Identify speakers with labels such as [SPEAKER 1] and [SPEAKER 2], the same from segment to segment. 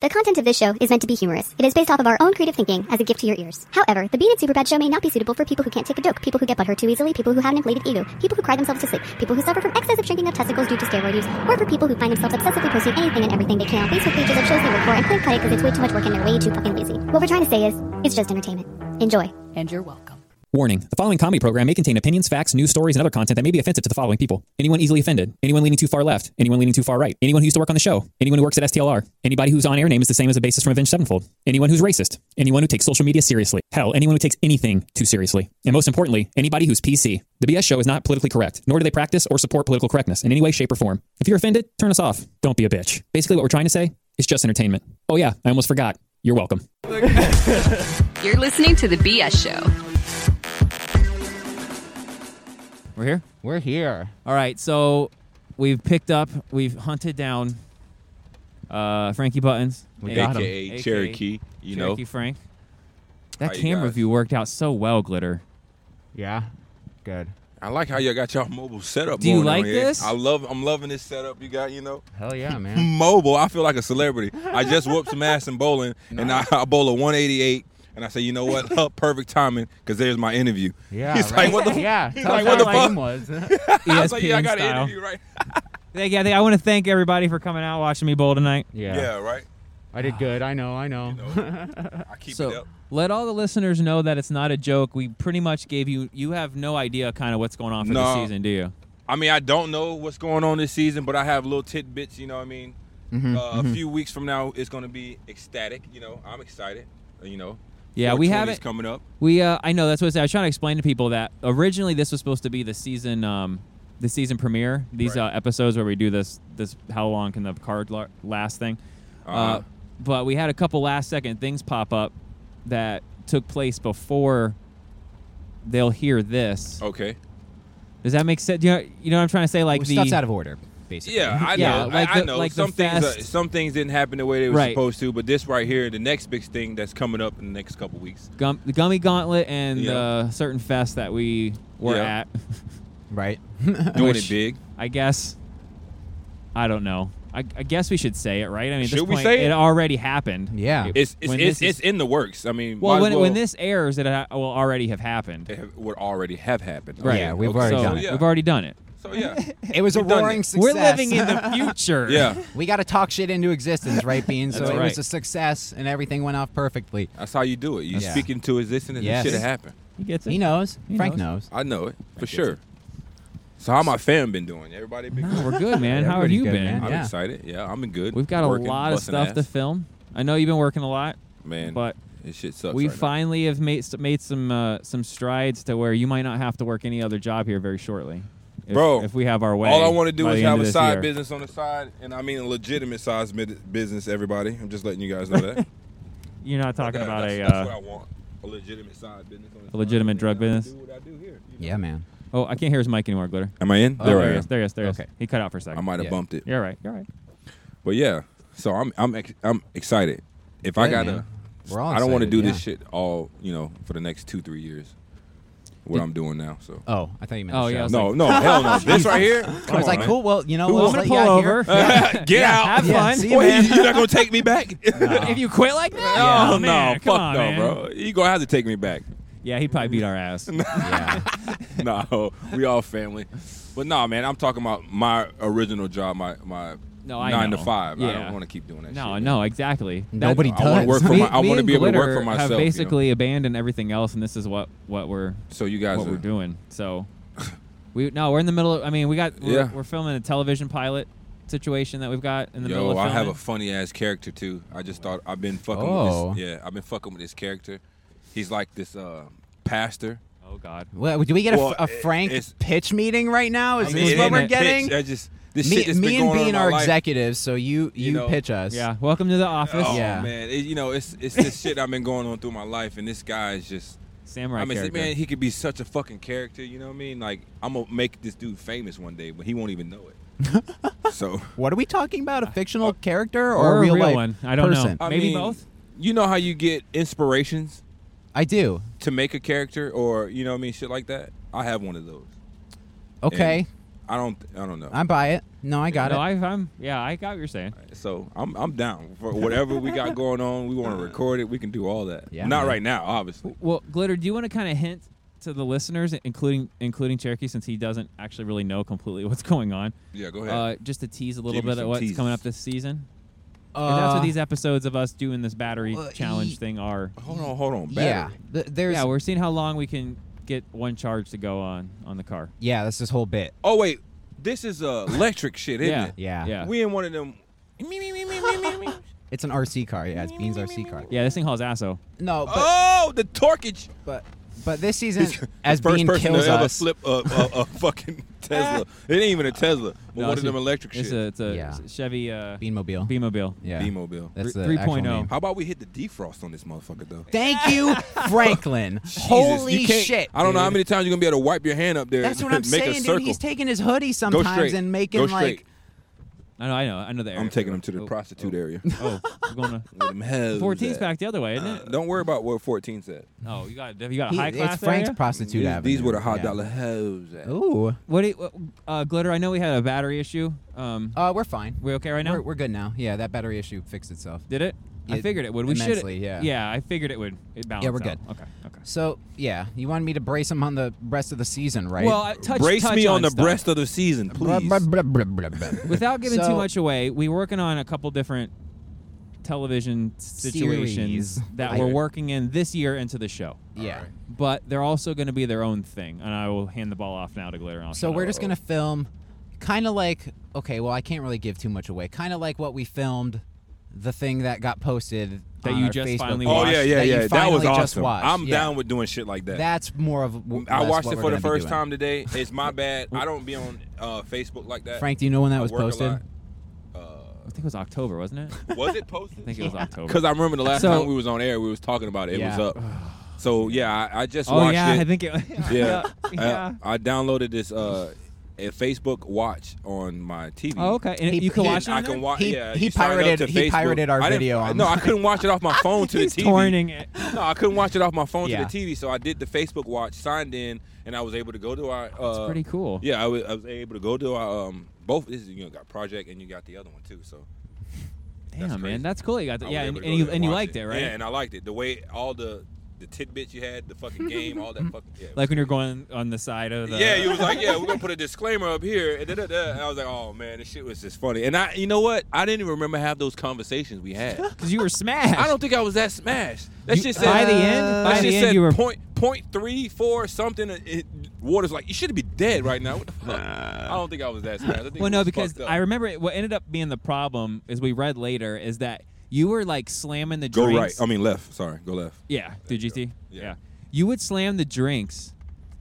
[SPEAKER 1] The content of this show is meant to be humorous. It is based off of our own creative thinking as a gift to your ears. However, the Bean and Superbad show may not be suitable for people who can't take a joke, people who get butthurt too easily, people who have an inflated ego, people who cry themselves to sleep, people who suffer from excessive shrinking of testicles due to steroid use, or for people who find themselves obsessively posting anything and everything they can on Facebook pages of shows they work for and click cut it because it's way too much work and they're way too fucking lazy. What we're trying to say is, it's just entertainment. Enjoy.
[SPEAKER 2] And you're welcome.
[SPEAKER 3] Warning. The following comedy program may contain opinions, facts, news stories, and other content that may be offensive to the following people. Anyone easily offended. Anyone leaning too far left. Anyone leaning too far right. Anyone who used to work on the show. Anyone who works at STLR. Anybody whose on-air name is the same as a bassist from Avenged Sevenfold. Anyone who's racist. Anyone who takes social media seriously. Hell, anyone who takes anything too seriously. And most importantly, anybody who's PC. The BS show is not politically correct, nor do they practice or support political correctness in any way, shape, or form. If you're offended, turn us off. Don't be a bitch. Basically, what we're trying to say is just entertainment. Oh yeah, I almost forgot. You're welcome.
[SPEAKER 2] You're listening to The BS Show.
[SPEAKER 4] We're here.
[SPEAKER 5] We're here.
[SPEAKER 4] All right. So we've picked up. We've hunted down uh, Frankie Buttons,
[SPEAKER 5] We
[SPEAKER 4] and-
[SPEAKER 5] got him.
[SPEAKER 6] AKA Cherokee, you know.
[SPEAKER 4] Cherokee Frank. That
[SPEAKER 6] How you
[SPEAKER 4] camera
[SPEAKER 6] guys?
[SPEAKER 4] view worked out so well, glitter.
[SPEAKER 5] Yeah. Good.
[SPEAKER 6] I like how y'all got y'all mobile setup.
[SPEAKER 4] Do you
[SPEAKER 6] going on
[SPEAKER 4] like
[SPEAKER 6] here.
[SPEAKER 4] this?
[SPEAKER 6] I love. I'm loving this setup you got. You know,
[SPEAKER 5] Hell yeah, man.
[SPEAKER 6] mobile. I feel like a celebrity. I just whooped some ass in bowling, and I, I bowl a 188. And I say, you know what? Perfect timing, because there's my interview.
[SPEAKER 5] Yeah.
[SPEAKER 6] He's
[SPEAKER 5] right.
[SPEAKER 6] like, what the? F-?
[SPEAKER 5] Yeah.
[SPEAKER 6] He's
[SPEAKER 5] tell
[SPEAKER 6] like,
[SPEAKER 5] us
[SPEAKER 6] what
[SPEAKER 5] how
[SPEAKER 6] the
[SPEAKER 5] lame
[SPEAKER 6] fuck?
[SPEAKER 5] was.
[SPEAKER 6] I was like, yeah, I
[SPEAKER 4] ESPN
[SPEAKER 6] got an
[SPEAKER 4] style.
[SPEAKER 6] interview, right?
[SPEAKER 4] Thank you. I, think- I want to thank everybody for coming out watching me bowl tonight.
[SPEAKER 6] Yeah,
[SPEAKER 5] yeah.
[SPEAKER 6] right.
[SPEAKER 5] I did good. I know. I know.
[SPEAKER 6] I keep it
[SPEAKER 4] so
[SPEAKER 6] up.
[SPEAKER 4] let all the listeners know that it's not a joke. We pretty much gave you. You have no idea kind of what's going on for
[SPEAKER 6] No.
[SPEAKER 4] the season, do you?
[SPEAKER 6] I mean, I don't know what's going on this season, but I have little tidbits. You know what I mean?
[SPEAKER 4] Mm-hmm,
[SPEAKER 6] uh, A few weeks from now, it's going to be ecstatic. You know, I'm excited. uh, You know.
[SPEAKER 4] Yeah, we
[SPEAKER 6] 420's
[SPEAKER 4] haven't-
[SPEAKER 6] coming up.
[SPEAKER 4] We, uh, I know that's what I was trying to explain to people that originally this was supposed to be the season, um, the season premiere. These
[SPEAKER 6] Right.
[SPEAKER 4] uh, episodes where we do this, this how long can the card la- last thing. uh
[SPEAKER 6] Uh-huh.
[SPEAKER 4] but we had a couple last second things pop up that took place before they'll hear this.
[SPEAKER 6] Okay.
[SPEAKER 4] Does that make sense? Do you know, you know what I'm trying to say? Like
[SPEAKER 7] Well,
[SPEAKER 4] the
[SPEAKER 7] stuff's out of order, basically.
[SPEAKER 6] Yeah, I
[SPEAKER 4] Yeah,
[SPEAKER 6] know.
[SPEAKER 4] like
[SPEAKER 6] I, I
[SPEAKER 4] the-
[SPEAKER 6] know.
[SPEAKER 4] like the
[SPEAKER 6] some things,
[SPEAKER 4] fast-
[SPEAKER 6] uh, some things didn't happen the way they were
[SPEAKER 4] Right.
[SPEAKER 6] supposed to. But this right here, the next big thing that's coming up in the next couple weeks.
[SPEAKER 4] gum, the gummy gauntlet and
[SPEAKER 6] Yeah.
[SPEAKER 4] the certain fest that we were
[SPEAKER 6] Yeah.
[SPEAKER 4] at.
[SPEAKER 7] Right.
[SPEAKER 6] Doing
[SPEAKER 4] Which-
[SPEAKER 6] it big.
[SPEAKER 4] I guess. I don't know. I, I guess we should say it, right? I mean, at this
[SPEAKER 6] Should we
[SPEAKER 4] point,
[SPEAKER 6] say it?
[SPEAKER 4] already happened.
[SPEAKER 7] Yeah.
[SPEAKER 6] It's it's
[SPEAKER 4] When
[SPEAKER 6] it's,
[SPEAKER 4] this
[SPEAKER 6] it's
[SPEAKER 4] is-
[SPEAKER 6] in the works. I mean,
[SPEAKER 4] Well,
[SPEAKER 6] might
[SPEAKER 4] when,
[SPEAKER 6] as well,
[SPEAKER 4] when this airs, it ha- will already have happened.
[SPEAKER 6] it ha- would already have happened.
[SPEAKER 4] Right.
[SPEAKER 7] Yeah, we've already
[SPEAKER 4] so
[SPEAKER 7] done it.
[SPEAKER 6] yeah.
[SPEAKER 4] We've already done it.
[SPEAKER 6] So yeah,
[SPEAKER 7] It was a
[SPEAKER 6] We've done
[SPEAKER 7] roaring
[SPEAKER 6] it.
[SPEAKER 7] success.
[SPEAKER 4] We're living in the future.
[SPEAKER 6] yeah.
[SPEAKER 7] we got to talk shit into existence, right, Bean? So
[SPEAKER 4] That's
[SPEAKER 7] it
[SPEAKER 4] right.
[SPEAKER 7] was a success, and everything went off perfectly.
[SPEAKER 6] That's how you do it. You
[SPEAKER 7] Yeah.
[SPEAKER 6] speak into existence, and
[SPEAKER 7] Yes.
[SPEAKER 6] shit happened.
[SPEAKER 4] He gets it.
[SPEAKER 7] He knows.
[SPEAKER 4] He
[SPEAKER 7] Frank
[SPEAKER 4] knows.
[SPEAKER 7] knows.
[SPEAKER 6] I know it for sure. So how my fam been doing? Everybody been
[SPEAKER 4] No,
[SPEAKER 6] good.
[SPEAKER 4] we're good, man.
[SPEAKER 7] Yeah,
[SPEAKER 4] How have
[SPEAKER 7] pretty
[SPEAKER 4] you
[SPEAKER 7] good,
[SPEAKER 4] been?
[SPEAKER 7] man.
[SPEAKER 6] I'm
[SPEAKER 7] yeah.
[SPEAKER 6] excited. Yeah, I'm good.
[SPEAKER 4] We've got
[SPEAKER 6] Working,
[SPEAKER 4] a lot of
[SPEAKER 6] busting
[SPEAKER 4] stuff
[SPEAKER 6] ass.
[SPEAKER 4] to film. I know you've been working a lot,
[SPEAKER 6] Man,
[SPEAKER 4] but
[SPEAKER 6] this shit sucks.
[SPEAKER 4] we
[SPEAKER 6] right now.
[SPEAKER 4] finally have made s- made some uh, some strides to where you might not have to work any other job here very shortly, if,
[SPEAKER 6] Bro,
[SPEAKER 4] If we have our way.
[SPEAKER 6] All I want to do
[SPEAKER 4] by the
[SPEAKER 6] is
[SPEAKER 4] end
[SPEAKER 6] have
[SPEAKER 4] of
[SPEAKER 6] a
[SPEAKER 4] this
[SPEAKER 6] side
[SPEAKER 4] year.
[SPEAKER 6] business on the side, and I mean a legitimate size mid- business. Everybody, I'm just letting you guys know that.
[SPEAKER 4] You're not talking
[SPEAKER 6] That-
[SPEAKER 4] about
[SPEAKER 6] that's,
[SPEAKER 4] a.
[SPEAKER 6] that's
[SPEAKER 4] uh,
[SPEAKER 6] what I want. A legitimate side business. On the side.
[SPEAKER 4] legitimate
[SPEAKER 6] And
[SPEAKER 4] drug
[SPEAKER 6] I do
[SPEAKER 4] business?
[SPEAKER 6] what I do here, you know?
[SPEAKER 7] Yeah, man.
[SPEAKER 4] Oh, I can't hear his mic anymore, Glitter.
[SPEAKER 6] Am I in?
[SPEAKER 4] Oh,
[SPEAKER 6] there
[SPEAKER 4] there
[SPEAKER 6] I
[SPEAKER 4] he
[SPEAKER 6] am.
[SPEAKER 4] is. There he is. There he is.
[SPEAKER 7] Okay.
[SPEAKER 4] He cut out for a second.
[SPEAKER 6] I might have
[SPEAKER 7] Yeah.
[SPEAKER 6] bumped it,
[SPEAKER 4] You're all right. You're all right.
[SPEAKER 6] but yeah. So I'm I'm ex- I'm excited. If I
[SPEAKER 7] Good,
[SPEAKER 6] gotta,
[SPEAKER 7] man. We're all
[SPEAKER 6] I don't want to
[SPEAKER 7] excited,
[SPEAKER 6] do
[SPEAKER 7] yeah.
[SPEAKER 6] this shit all you know for the next two three years. What I'm doing now, so.
[SPEAKER 7] Oh, I thought you meant
[SPEAKER 4] Oh,
[SPEAKER 7] the
[SPEAKER 4] yeah, I
[SPEAKER 7] show.
[SPEAKER 4] was
[SPEAKER 6] No, no, hell no. This right here.
[SPEAKER 7] I was like, cool. Well, you know what?
[SPEAKER 4] I'm gonna pull over.
[SPEAKER 6] Get out.
[SPEAKER 4] Have
[SPEAKER 7] Yeah,
[SPEAKER 4] fun.
[SPEAKER 7] see you,
[SPEAKER 6] Wait,
[SPEAKER 7] man.
[SPEAKER 6] you're not gonna take me back?
[SPEAKER 4] if you quit like that,
[SPEAKER 6] Oh,
[SPEAKER 4] oh,
[SPEAKER 6] no,
[SPEAKER 4] man,
[SPEAKER 6] fuck
[SPEAKER 4] come on,
[SPEAKER 6] no,
[SPEAKER 4] man.
[SPEAKER 6] bro. You gonna have to take me back.
[SPEAKER 4] Yeah, he probably beat our ass.
[SPEAKER 6] no, we all family. But no, man, I'm talking about my original job, my my
[SPEAKER 4] No, I
[SPEAKER 6] nine
[SPEAKER 4] know.
[SPEAKER 6] to five. I
[SPEAKER 4] Yeah.
[SPEAKER 6] don't want to keep doing that.
[SPEAKER 4] no,
[SPEAKER 6] shit.
[SPEAKER 4] no, exactly. That-
[SPEAKER 7] Nobody
[SPEAKER 6] I want
[SPEAKER 7] does.
[SPEAKER 6] to work for
[SPEAKER 4] me-
[SPEAKER 6] my. I
[SPEAKER 4] me
[SPEAKER 6] want to
[SPEAKER 4] and
[SPEAKER 6] be able to work
[SPEAKER 4] Glitter
[SPEAKER 6] for myself. you
[SPEAKER 4] Have
[SPEAKER 6] know?
[SPEAKER 4] basically abandoned everything else, and this is what what we're
[SPEAKER 6] So you guys uh,
[SPEAKER 4] what we're
[SPEAKER 6] are-
[SPEAKER 4] doing. So we no, we're in the middle. of I mean, we got we're,
[SPEAKER 6] Yeah.
[SPEAKER 4] we're filming a television pilot situation that we've got in the middle
[SPEAKER 6] Yo,
[SPEAKER 4] of
[SPEAKER 6] I have
[SPEAKER 4] filming.
[SPEAKER 6] a funny ass character too. I just thought I've been fucking
[SPEAKER 7] Oh.
[SPEAKER 6] with this. Yeah, I've been fucking with this character. He's like this uh, pastor.
[SPEAKER 4] oh God.
[SPEAKER 7] Well, do we get a,
[SPEAKER 6] Well,
[SPEAKER 7] a
[SPEAKER 6] it-
[SPEAKER 7] Frank
[SPEAKER 6] it's-
[SPEAKER 7] pitch meeting right now? Is
[SPEAKER 6] I
[SPEAKER 7] this
[SPEAKER 6] mean,
[SPEAKER 7] what
[SPEAKER 6] it-
[SPEAKER 7] we're
[SPEAKER 6] it-
[SPEAKER 7] getting?
[SPEAKER 6] I just this
[SPEAKER 7] me
[SPEAKER 6] shit that's
[SPEAKER 7] me
[SPEAKER 6] been
[SPEAKER 7] and
[SPEAKER 6] going on in
[SPEAKER 7] Bean
[SPEAKER 6] my
[SPEAKER 7] are
[SPEAKER 6] life.
[SPEAKER 7] executives, so you you,
[SPEAKER 6] know.
[SPEAKER 7] pitch us.
[SPEAKER 4] Yeah. Welcome to the office.
[SPEAKER 6] Oh
[SPEAKER 7] Yeah.
[SPEAKER 6] man, It- you know it's it's this shit I've been going on through my life, and this guy is just.
[SPEAKER 4] Samurai
[SPEAKER 6] I mean,
[SPEAKER 4] character.
[SPEAKER 6] man, he could be such a fucking character. You know what I mean? Like, I'm gonna make this dude famous one day, but he won't even know it. so,
[SPEAKER 7] What are we talking about?
[SPEAKER 6] Uh,
[SPEAKER 7] A fictional character or,
[SPEAKER 4] or a
[SPEAKER 7] a real,
[SPEAKER 4] real
[SPEAKER 7] life
[SPEAKER 4] one. I don't know.
[SPEAKER 7] person?
[SPEAKER 6] I
[SPEAKER 4] Maybe
[SPEAKER 6] mean,
[SPEAKER 4] both?
[SPEAKER 6] You know how you get inspirations
[SPEAKER 7] I do.
[SPEAKER 6] to make a character, or you know what I mean, shit like that. I have one of those.
[SPEAKER 7] Okay.
[SPEAKER 6] And I don't. I don't know.
[SPEAKER 7] I buy it. No, I got
[SPEAKER 4] no,
[SPEAKER 7] it.
[SPEAKER 4] I, I'm yeah, I got what you're saying.
[SPEAKER 6] so I'm I'm down for whatever we got going on. We want to record it. We can do all that.
[SPEAKER 7] Yeah,
[SPEAKER 6] Not
[SPEAKER 7] man.
[SPEAKER 6] right now, obviously.
[SPEAKER 4] Well, Glitter, do you want to kind of hint to the listeners, including including Cherokee, since he doesn't actually really know completely what's going on?
[SPEAKER 6] Yeah, go ahead.
[SPEAKER 4] Uh, just to tease a little
[SPEAKER 6] Give me
[SPEAKER 4] bit of
[SPEAKER 6] some
[SPEAKER 4] what's
[SPEAKER 6] teases.
[SPEAKER 4] coming up this season. 'Cause that's
[SPEAKER 7] Uh,
[SPEAKER 4] what these episodes of us doing this battery
[SPEAKER 7] uh,
[SPEAKER 4] challenge
[SPEAKER 7] ye-
[SPEAKER 4] thing are.
[SPEAKER 6] hold on, hold on.
[SPEAKER 7] Yeah,
[SPEAKER 6] Battery.
[SPEAKER 7] Th- there's
[SPEAKER 4] Yeah,
[SPEAKER 7] yeah,
[SPEAKER 4] we're seeing how long we can get one charge to go on on the car.
[SPEAKER 7] that's this whole bit.
[SPEAKER 6] Oh wait, this is uh, electric shit, isn't
[SPEAKER 4] yeah,
[SPEAKER 6] it?
[SPEAKER 7] Yeah.
[SPEAKER 4] yeah,
[SPEAKER 6] We in one of them. Me, me, me, me, me, me, me.
[SPEAKER 7] It's an RC car. Yeah, it's Bean's RC car.
[SPEAKER 4] yeah. This thing hauls asso.
[SPEAKER 7] No, but
[SPEAKER 6] Oh, the torquage.
[SPEAKER 7] but but this season, as
[SPEAKER 6] First
[SPEAKER 7] Bean
[SPEAKER 6] person
[SPEAKER 7] kills
[SPEAKER 6] to ever
[SPEAKER 7] us,
[SPEAKER 6] flip a, a, a fucking Tesla. It ain't even a Tesla, but
[SPEAKER 4] No,
[SPEAKER 6] one
[SPEAKER 4] it's
[SPEAKER 6] of
[SPEAKER 4] a-
[SPEAKER 6] them electric
[SPEAKER 4] It's
[SPEAKER 6] shit.
[SPEAKER 4] a, it's a
[SPEAKER 7] Yeah.
[SPEAKER 4] Chevy uh,
[SPEAKER 7] Beanmobile.
[SPEAKER 4] Beamobile.
[SPEAKER 7] yeah,
[SPEAKER 6] B-mobile.
[SPEAKER 7] That's
[SPEAKER 4] Three- oh.
[SPEAKER 7] the actual
[SPEAKER 4] 3.0.
[SPEAKER 7] name.
[SPEAKER 6] How about we hit the defrost on this motherfucker though?
[SPEAKER 7] Thank you, Franklin.
[SPEAKER 6] Jesus,
[SPEAKER 7] Holy
[SPEAKER 6] you can't-
[SPEAKER 7] shit!
[SPEAKER 6] I don't know how
[SPEAKER 7] dude.
[SPEAKER 6] many times you're gonna be able to wipe your hand up there.
[SPEAKER 7] That's
[SPEAKER 6] and
[SPEAKER 7] what I'm
[SPEAKER 6] make a
[SPEAKER 7] saying,
[SPEAKER 6] circle.
[SPEAKER 7] dude. He's taking his hoodie
[SPEAKER 6] Go
[SPEAKER 7] sometimes
[SPEAKER 6] straight
[SPEAKER 7] and
[SPEAKER 6] Go
[SPEAKER 7] making
[SPEAKER 6] straight.
[SPEAKER 7] like
[SPEAKER 4] I know, I know, I know the area.
[SPEAKER 6] I'm taking him to the
[SPEAKER 4] Oh,
[SPEAKER 6] prostitute area.
[SPEAKER 4] Oh, we're going to.
[SPEAKER 6] Where them hells
[SPEAKER 4] 14's
[SPEAKER 6] at.
[SPEAKER 4] back the other way, isn't it?
[SPEAKER 6] Don't worry about what 14 said.
[SPEAKER 4] Oh, you got you got a
[SPEAKER 7] Uh, he-
[SPEAKER 4] high class
[SPEAKER 7] it's Frank's
[SPEAKER 4] area?
[SPEAKER 7] prostitute
[SPEAKER 6] These,
[SPEAKER 7] avenue.
[SPEAKER 6] these were the hot
[SPEAKER 7] Yeah.
[SPEAKER 6] dollar hoes. at.
[SPEAKER 7] Ooh,
[SPEAKER 4] What do you, uh, glitter? I know we had a battery issue. Um,
[SPEAKER 7] uh, we're fine.
[SPEAKER 4] we okay right now?
[SPEAKER 7] We're, we're good now. Yeah, that battery issue fixed itself.
[SPEAKER 4] Did it? I
[SPEAKER 7] It-
[SPEAKER 4] figured it would. We should.
[SPEAKER 7] immensely, yeah.
[SPEAKER 4] Yeah, I figured it would. It balanced.
[SPEAKER 7] we're
[SPEAKER 4] out.
[SPEAKER 7] good.
[SPEAKER 4] Okay. Okay.
[SPEAKER 7] So yeah, you wanted me to brace him on the rest of the season, right?
[SPEAKER 4] Well, I- touch,
[SPEAKER 6] Brace
[SPEAKER 4] touch
[SPEAKER 6] me on, the
[SPEAKER 4] stuff.
[SPEAKER 6] breast of the season,
[SPEAKER 7] Blah,
[SPEAKER 6] please.
[SPEAKER 7] blah, blah, blah, blah, blah.
[SPEAKER 4] Without giving too
[SPEAKER 7] So-
[SPEAKER 4] much away, we're working on a couple different television situations
[SPEAKER 7] Series.
[SPEAKER 4] that
[SPEAKER 7] I-
[SPEAKER 4] we're working in this year into the show.
[SPEAKER 7] yeah.
[SPEAKER 4] But they're also going to be their own thing, and I will hand the ball off now to Glitter. and I'll
[SPEAKER 7] So
[SPEAKER 4] shut
[SPEAKER 7] we're
[SPEAKER 4] up.
[SPEAKER 7] just gonna film, kind of like okay. Well, I can't really give too much away. Kind of like what we filmed, the thing that got posted
[SPEAKER 4] That
[SPEAKER 7] on
[SPEAKER 4] you
[SPEAKER 7] our
[SPEAKER 4] just
[SPEAKER 7] Facebook
[SPEAKER 4] finally
[SPEAKER 7] page
[SPEAKER 6] Oh
[SPEAKER 4] watched-
[SPEAKER 6] yeah, yeah,
[SPEAKER 7] that you
[SPEAKER 6] yeah. That was
[SPEAKER 7] finally
[SPEAKER 6] awesome.
[SPEAKER 7] Just watched.
[SPEAKER 6] I'm
[SPEAKER 7] Yeah.
[SPEAKER 6] down with doing shit like that.
[SPEAKER 7] That's more of. w-
[SPEAKER 6] I
[SPEAKER 7] less
[SPEAKER 6] watched
[SPEAKER 7] what
[SPEAKER 6] it
[SPEAKER 7] we're
[SPEAKER 6] for the
[SPEAKER 7] gonna be
[SPEAKER 6] first
[SPEAKER 7] doing.
[SPEAKER 6] time today. It's my bad. I don't be on uh, Facebook like that.
[SPEAKER 7] Frank, do you know when that
[SPEAKER 6] I
[SPEAKER 7] was
[SPEAKER 6] work a
[SPEAKER 7] posted?
[SPEAKER 6] lot.
[SPEAKER 4] I think it was October, wasn't it? I
[SPEAKER 6] Was it posted? I
[SPEAKER 4] think it was October.
[SPEAKER 6] Because I remember the last
[SPEAKER 4] So-
[SPEAKER 6] time we was on air, we was talking about it. It
[SPEAKER 7] Yeah.
[SPEAKER 6] was up. So yeah, I, I just
[SPEAKER 4] oh
[SPEAKER 6] watched
[SPEAKER 4] yeah,
[SPEAKER 6] it.
[SPEAKER 4] I think it.
[SPEAKER 6] yeah,
[SPEAKER 4] yeah.
[SPEAKER 6] I, I downloaded this uh, a Facebook Watch on my TV.
[SPEAKER 4] Oh, okay. And
[SPEAKER 7] He-
[SPEAKER 4] you can
[SPEAKER 7] he-
[SPEAKER 4] watch it.
[SPEAKER 6] I
[SPEAKER 4] on
[SPEAKER 6] can
[SPEAKER 4] there?
[SPEAKER 6] watch.
[SPEAKER 7] He-
[SPEAKER 6] yeah,
[SPEAKER 7] he
[SPEAKER 6] you signed up
[SPEAKER 7] pirated-
[SPEAKER 6] to
[SPEAKER 7] he
[SPEAKER 6] Facebook.
[SPEAKER 7] pirated our
[SPEAKER 6] I didn't-
[SPEAKER 7] video
[SPEAKER 6] No, I
[SPEAKER 7] online.
[SPEAKER 6] couldn't watch it off my phone to the
[SPEAKER 4] He's
[SPEAKER 6] TV.
[SPEAKER 4] torning it.
[SPEAKER 6] No, I couldn't watch it off my phone
[SPEAKER 7] Yeah.
[SPEAKER 6] to the TV. So I did the Facebook Watch, signed in, and I was able to go to our. Uh,
[SPEAKER 4] pretty cool.
[SPEAKER 6] Yeah, I was, I was able to go to our um, both. This is you know got Project and you got the other one too. So
[SPEAKER 4] Damn, man,
[SPEAKER 6] crazy.
[SPEAKER 4] that's cool. You got
[SPEAKER 6] I
[SPEAKER 4] the,
[SPEAKER 6] was
[SPEAKER 4] yeah, and,
[SPEAKER 6] able to go
[SPEAKER 4] and you
[SPEAKER 6] there
[SPEAKER 4] and you
[SPEAKER 6] watch
[SPEAKER 4] liked it, right?
[SPEAKER 6] Yeah, and I liked it. The way all the the tidbits you had, the fucking game, all that fucking. Yeah, it
[SPEAKER 4] like uh, when you're going on the side of the
[SPEAKER 6] Yeah, you was like, yeah, we're gonna put a disclaimer up here, and, da, da, da. and I was like, oh man, this shit was just funny. And I, you know what? I didn't even remember half those conversations we had.
[SPEAKER 4] because you were smashed.
[SPEAKER 6] I don't think I was that smashed. That
[SPEAKER 4] You-
[SPEAKER 6] shit said
[SPEAKER 4] by the end,
[SPEAKER 6] that
[SPEAKER 4] by
[SPEAKER 6] shit
[SPEAKER 4] the
[SPEAKER 6] said
[SPEAKER 4] end, you were
[SPEAKER 6] point point three four something. and It, water's like you should be dead right now. What the fuck? I don't think I was that smashed. I think
[SPEAKER 4] well,
[SPEAKER 6] it
[SPEAKER 4] no,
[SPEAKER 6] was
[SPEAKER 4] because
[SPEAKER 6] fucked up.
[SPEAKER 4] I remember it, what ended up being the problem is we read later is that you were like slamming the
[SPEAKER 6] go right.
[SPEAKER 4] drinks.
[SPEAKER 6] I mean left. Sorry, go left.
[SPEAKER 4] yeah, dude, GT.
[SPEAKER 6] Yeah.
[SPEAKER 4] Yeah. you would slam the drinks,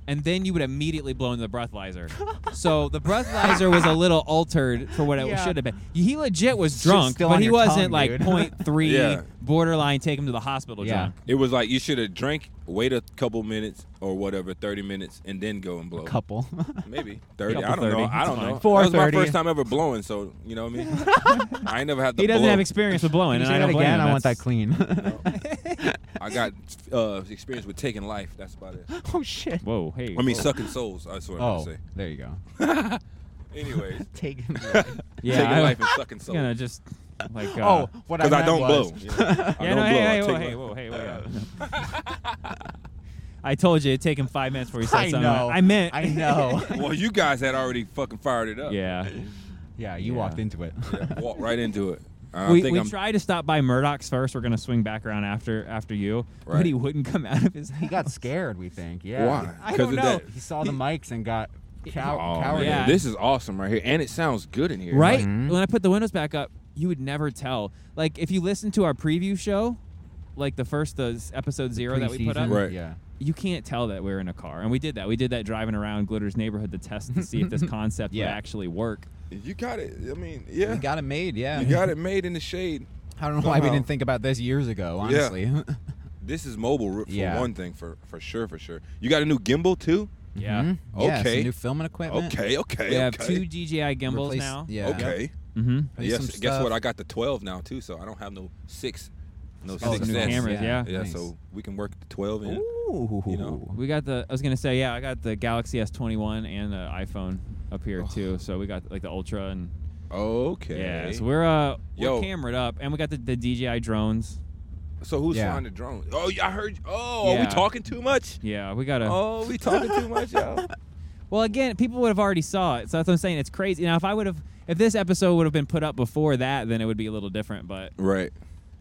[SPEAKER 4] and then you would immediately blow into the breathalyzer. so the breathalyzer was a little altered for what it
[SPEAKER 7] Yeah.
[SPEAKER 4] should have been. He legit was
[SPEAKER 7] just
[SPEAKER 4] drunk,
[SPEAKER 7] still
[SPEAKER 4] but
[SPEAKER 7] on
[SPEAKER 4] he
[SPEAKER 7] your
[SPEAKER 4] wasn't
[SPEAKER 7] tongue,
[SPEAKER 4] like
[SPEAKER 7] dude.
[SPEAKER 4] point three
[SPEAKER 6] Yeah.
[SPEAKER 4] borderline take him to the hospital
[SPEAKER 7] Yeah.
[SPEAKER 4] drunk.
[SPEAKER 6] It was like you should have drank, wait a couple minutes or whatever, thirty minutes, and then go and blow.
[SPEAKER 7] Couple.
[SPEAKER 6] Maybe thirty.
[SPEAKER 4] Couple
[SPEAKER 6] I don't
[SPEAKER 4] 30,
[SPEAKER 6] know. I
[SPEAKER 4] it's
[SPEAKER 6] don't
[SPEAKER 4] fine.
[SPEAKER 6] know.
[SPEAKER 7] Four
[SPEAKER 6] that was my
[SPEAKER 7] 30.
[SPEAKER 6] first time ever blowing, so you know what I mean. I ain't never had the.
[SPEAKER 4] He doesn't
[SPEAKER 6] blow.
[SPEAKER 4] have experience with blowing, and I don't blame
[SPEAKER 7] again.
[SPEAKER 4] him.
[SPEAKER 7] I want that
[SPEAKER 4] That's-
[SPEAKER 7] clean.
[SPEAKER 6] I got uh, experience with taking life. That's about it. Oh.
[SPEAKER 7] oh shit.
[SPEAKER 4] Whoa, hey.
[SPEAKER 6] I mean, sucking souls. That's what I'm
[SPEAKER 7] Oh,
[SPEAKER 6] gonna
[SPEAKER 7] there you go.
[SPEAKER 6] say. Anyways,
[SPEAKER 7] Take him.
[SPEAKER 4] yeah,
[SPEAKER 6] taking
[SPEAKER 4] I,
[SPEAKER 6] life and sucking
[SPEAKER 4] I'm gonna
[SPEAKER 6] souls.
[SPEAKER 4] just like uh,
[SPEAKER 7] oh, what I
[SPEAKER 6] Because
[SPEAKER 7] meant
[SPEAKER 6] I don't
[SPEAKER 7] was,
[SPEAKER 6] blow. Yeah, I
[SPEAKER 4] yeah,
[SPEAKER 6] don't
[SPEAKER 4] no,
[SPEAKER 6] blow.
[SPEAKER 4] hey,
[SPEAKER 6] I
[SPEAKER 4] hey, whoa,
[SPEAKER 6] take
[SPEAKER 4] hey,
[SPEAKER 6] life.
[SPEAKER 4] whoa, hey, whoa, yeah. I told you it'd take him five minutes before he said
[SPEAKER 7] I
[SPEAKER 4] something.
[SPEAKER 7] know.
[SPEAKER 4] I meant.
[SPEAKER 7] I know.
[SPEAKER 6] Well, you guys had already fucking fired it up.
[SPEAKER 4] yeah.
[SPEAKER 7] yeah, you
[SPEAKER 4] Yeah.
[SPEAKER 7] walked into it.
[SPEAKER 6] Walked right into it. I
[SPEAKER 4] We,
[SPEAKER 6] think
[SPEAKER 4] we
[SPEAKER 6] I'm.
[SPEAKER 4] tried to stop by Murdoch's first. We're gonna swing back around after after you,
[SPEAKER 6] Right.
[SPEAKER 4] but he wouldn't come out of his.
[SPEAKER 7] he got scared. We think. Yeah.
[SPEAKER 6] Why?
[SPEAKER 4] I
[SPEAKER 6] 'Cause
[SPEAKER 4] don't
[SPEAKER 6] of
[SPEAKER 4] know.
[SPEAKER 6] that-
[SPEAKER 7] He saw the mics and got cow-
[SPEAKER 6] Oh,
[SPEAKER 7] cowered.
[SPEAKER 6] man.
[SPEAKER 4] Yeah.
[SPEAKER 6] This is awesome right here, and it sounds good in here.
[SPEAKER 4] Right
[SPEAKER 6] Like,
[SPEAKER 4] when I put the windows back up, you would never tell. Like if you listen to our preview show, like the first the s- episode zero that we put up,
[SPEAKER 7] Preseason,
[SPEAKER 6] Right.
[SPEAKER 7] Yeah.
[SPEAKER 4] you can't tell that we're in a car, and we did that. We did that driving around Glitter's neighborhood to test to see if this concept
[SPEAKER 7] Yeah.
[SPEAKER 4] would actually work.
[SPEAKER 6] You got it. I mean, yeah.
[SPEAKER 7] We got it made. Yeah.
[SPEAKER 6] You got it made in the shade.
[SPEAKER 7] I don't know why we
[SPEAKER 6] somehow.
[SPEAKER 7] didn't think about this years ago.
[SPEAKER 6] Yeah.
[SPEAKER 7] Honestly.
[SPEAKER 6] This is mobile ro- for
[SPEAKER 7] Yeah.
[SPEAKER 6] one thing, for for sure, for sure. You got a new gimbal too?
[SPEAKER 4] Yeah.
[SPEAKER 7] Mhm. Yeah, some
[SPEAKER 6] Okay.
[SPEAKER 7] new filming equipment.
[SPEAKER 6] Okay, okay,
[SPEAKER 4] Mm-hmm. We have
[SPEAKER 6] okay.
[SPEAKER 4] two DJI gimbals
[SPEAKER 7] Replace-
[SPEAKER 4] now.
[SPEAKER 7] Yeah.
[SPEAKER 6] Okay.
[SPEAKER 4] Mm-hmm.
[SPEAKER 7] Replace
[SPEAKER 6] Yes.
[SPEAKER 7] some
[SPEAKER 6] Guess
[SPEAKER 7] stuff.
[SPEAKER 6] what? I got the 12 now too, so I don't have no six, no
[SPEAKER 4] Oh,
[SPEAKER 6] six
[SPEAKER 4] new
[SPEAKER 6] S.
[SPEAKER 4] cameras,
[SPEAKER 7] Yeah.
[SPEAKER 4] yeah.
[SPEAKER 6] Yeah,
[SPEAKER 7] Nice.
[SPEAKER 6] so we can work the 12 in.
[SPEAKER 7] Ooh.
[SPEAKER 6] You know.
[SPEAKER 4] We got the. I was gonna say, yeah, I got the Galaxy S21 and the iPhone up here too. So we got like the ultra and
[SPEAKER 6] Okay.
[SPEAKER 4] yeah. So we're uh we're
[SPEAKER 6] Yo.
[SPEAKER 4] camered up and we got the, the DJI drones.
[SPEAKER 6] So who's
[SPEAKER 7] Yeah.
[SPEAKER 6] flying the drone? Oh, yeah, I heard. Oh, are
[SPEAKER 4] Yeah.
[SPEAKER 6] we talking too much?
[SPEAKER 4] Yeah, we got a.
[SPEAKER 6] Oh, we talking too much, yo.
[SPEAKER 4] Well, again, people would have already saw it, so that's what I'm saying. It's crazy. Now, if I would have, if this episode would have been put up before that, then it would be a little different. But
[SPEAKER 6] Right.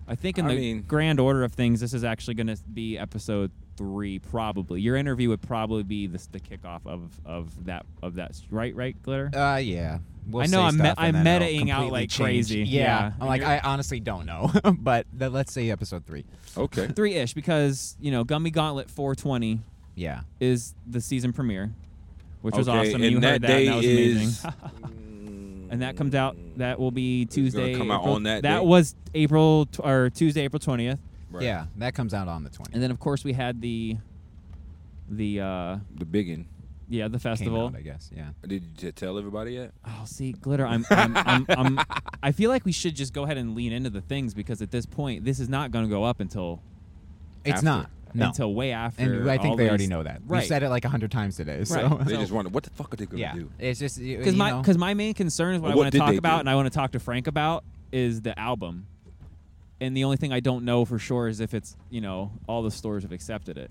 [SPEAKER 4] I think in
[SPEAKER 6] I
[SPEAKER 4] the
[SPEAKER 6] mean-
[SPEAKER 4] grand order of things, this is actually going to be episode three, probably. Your interview would probably be this, the kickoff of of that of that right, right, glitter.
[SPEAKER 7] Uh, yeah. We'll
[SPEAKER 4] I know
[SPEAKER 7] say
[SPEAKER 4] I'm me-
[SPEAKER 7] stuff and
[SPEAKER 4] I'm
[SPEAKER 7] then it'll
[SPEAKER 4] metaing out
[SPEAKER 7] completely
[SPEAKER 4] like
[SPEAKER 7] change.
[SPEAKER 4] crazy.
[SPEAKER 7] Yeah.
[SPEAKER 4] Yeah.
[SPEAKER 7] I'm like, I honestly don't know, but th- let's say episode three.
[SPEAKER 6] Okay.
[SPEAKER 4] three ish because you know Gummy Gauntlet 420
[SPEAKER 7] Yeah.
[SPEAKER 4] is the season premiere, which was
[SPEAKER 6] Okay,
[SPEAKER 4] awesome.
[SPEAKER 6] and
[SPEAKER 4] you
[SPEAKER 6] that
[SPEAKER 4] heard that,
[SPEAKER 6] day
[SPEAKER 4] and that was
[SPEAKER 6] is-
[SPEAKER 4] amazing. and that comes out. That will be
[SPEAKER 6] gonna
[SPEAKER 4] Tuesday.
[SPEAKER 6] come out
[SPEAKER 4] April-
[SPEAKER 6] on that day?
[SPEAKER 4] was April t- or Tuesday, April 20th.
[SPEAKER 6] Right.
[SPEAKER 7] Yeah. That comes out on the 20th.
[SPEAKER 4] And then of course we had the the uh
[SPEAKER 6] The biggin.
[SPEAKER 4] yeah the
[SPEAKER 7] Came
[SPEAKER 4] festival.
[SPEAKER 7] out, I guess. Yeah.
[SPEAKER 6] Did you t- tell everybody yet?
[SPEAKER 4] Oh, see, glitter. I'm, I'm, I'm, I'm, I feel like we should just go ahead and lean into the things because at this point, this is not going to go up until
[SPEAKER 7] It's
[SPEAKER 6] After.
[SPEAKER 7] not. No.
[SPEAKER 4] until way after.
[SPEAKER 7] and I
[SPEAKER 4] all
[SPEAKER 7] think they already
[SPEAKER 4] these-
[SPEAKER 7] know that.
[SPEAKER 4] Right.
[SPEAKER 7] We said it like a hundred times today. So.
[SPEAKER 4] Right.
[SPEAKER 6] They
[SPEAKER 4] So-
[SPEAKER 6] just wondered what the fuck are they gonna
[SPEAKER 7] yeah.
[SPEAKER 6] do?
[SPEAKER 7] It's just because
[SPEAKER 4] Because my, because my main concern is what,
[SPEAKER 6] Well,
[SPEAKER 4] I
[SPEAKER 6] what
[SPEAKER 4] want to
[SPEAKER 6] did
[SPEAKER 4] talk
[SPEAKER 6] they
[SPEAKER 4] about
[SPEAKER 6] do?
[SPEAKER 4] and I want to talk to Frank about is the album. And the only thing I don't know for sure is if it's you know all the stores have accepted it.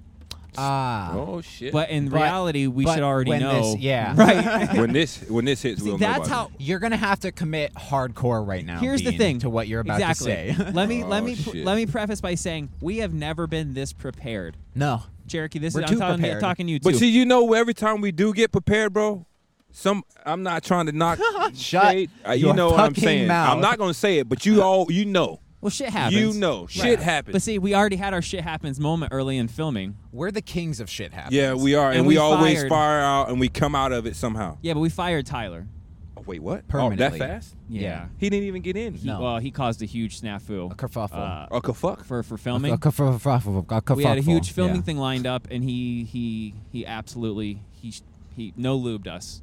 [SPEAKER 7] ah.
[SPEAKER 6] Oh shit.
[SPEAKER 4] But in
[SPEAKER 7] But-
[SPEAKER 4] reality, we
[SPEAKER 7] but
[SPEAKER 4] should already
[SPEAKER 7] when
[SPEAKER 4] know.
[SPEAKER 7] this- yeah.
[SPEAKER 4] Right.
[SPEAKER 6] when this when this hits,
[SPEAKER 4] See,
[SPEAKER 6] we'll know.
[SPEAKER 4] that's
[SPEAKER 6] about
[SPEAKER 4] how-
[SPEAKER 6] it.
[SPEAKER 7] You're gonna have to commit hardcore right now.
[SPEAKER 4] Here's the
[SPEAKER 7] Dean,
[SPEAKER 4] thing
[SPEAKER 7] to what you're about
[SPEAKER 4] exactly.
[SPEAKER 7] to say.
[SPEAKER 4] let me let
[SPEAKER 6] Oh,
[SPEAKER 4] me pr-
[SPEAKER 6] shit.
[SPEAKER 4] let me preface by saying we have never been this prepared.
[SPEAKER 7] no.
[SPEAKER 4] Cherokee, this
[SPEAKER 7] We're
[SPEAKER 4] is
[SPEAKER 7] too
[SPEAKER 4] I'm talking,
[SPEAKER 7] prepared.
[SPEAKER 4] talking to you too.
[SPEAKER 6] But see, you know, every time we do get prepared, bro. Some I'm not trying to knock.
[SPEAKER 7] Shut
[SPEAKER 6] shade. Uh, you
[SPEAKER 7] your
[SPEAKER 6] know what I'm
[SPEAKER 7] fucking
[SPEAKER 6] saying.
[SPEAKER 7] mouth.
[SPEAKER 6] I'm not gonna say it, but you all you know.
[SPEAKER 4] well, shit happens.
[SPEAKER 6] You know, shit happens.
[SPEAKER 4] But see, we already had our shit happens moment early in filming.
[SPEAKER 7] We're the kings of shit happens.
[SPEAKER 6] yeah, we are, and,
[SPEAKER 4] And
[SPEAKER 6] we,
[SPEAKER 4] we
[SPEAKER 6] always
[SPEAKER 4] fired-
[SPEAKER 6] fire out, and we come out of it somehow.
[SPEAKER 4] Yeah, but we fired Tyler.
[SPEAKER 6] Oh, wait, what?
[SPEAKER 7] Permanently.
[SPEAKER 6] Oh, that fast?
[SPEAKER 4] Yeah.
[SPEAKER 7] Yeah.
[SPEAKER 6] He didn't even get in.
[SPEAKER 4] He-
[SPEAKER 7] No.
[SPEAKER 4] Well, he caused a huge snafu.
[SPEAKER 7] A kerfuffle.
[SPEAKER 4] uh,
[SPEAKER 6] Okay, fuck.
[SPEAKER 4] for for filming.
[SPEAKER 7] A kerf- kerfuffle, a
[SPEAKER 4] we had a huge
[SPEAKER 7] kerfuffle,
[SPEAKER 4] filming
[SPEAKER 7] yeah.
[SPEAKER 4] thing lined up, and he he he absolutely he sh- he no lubed us.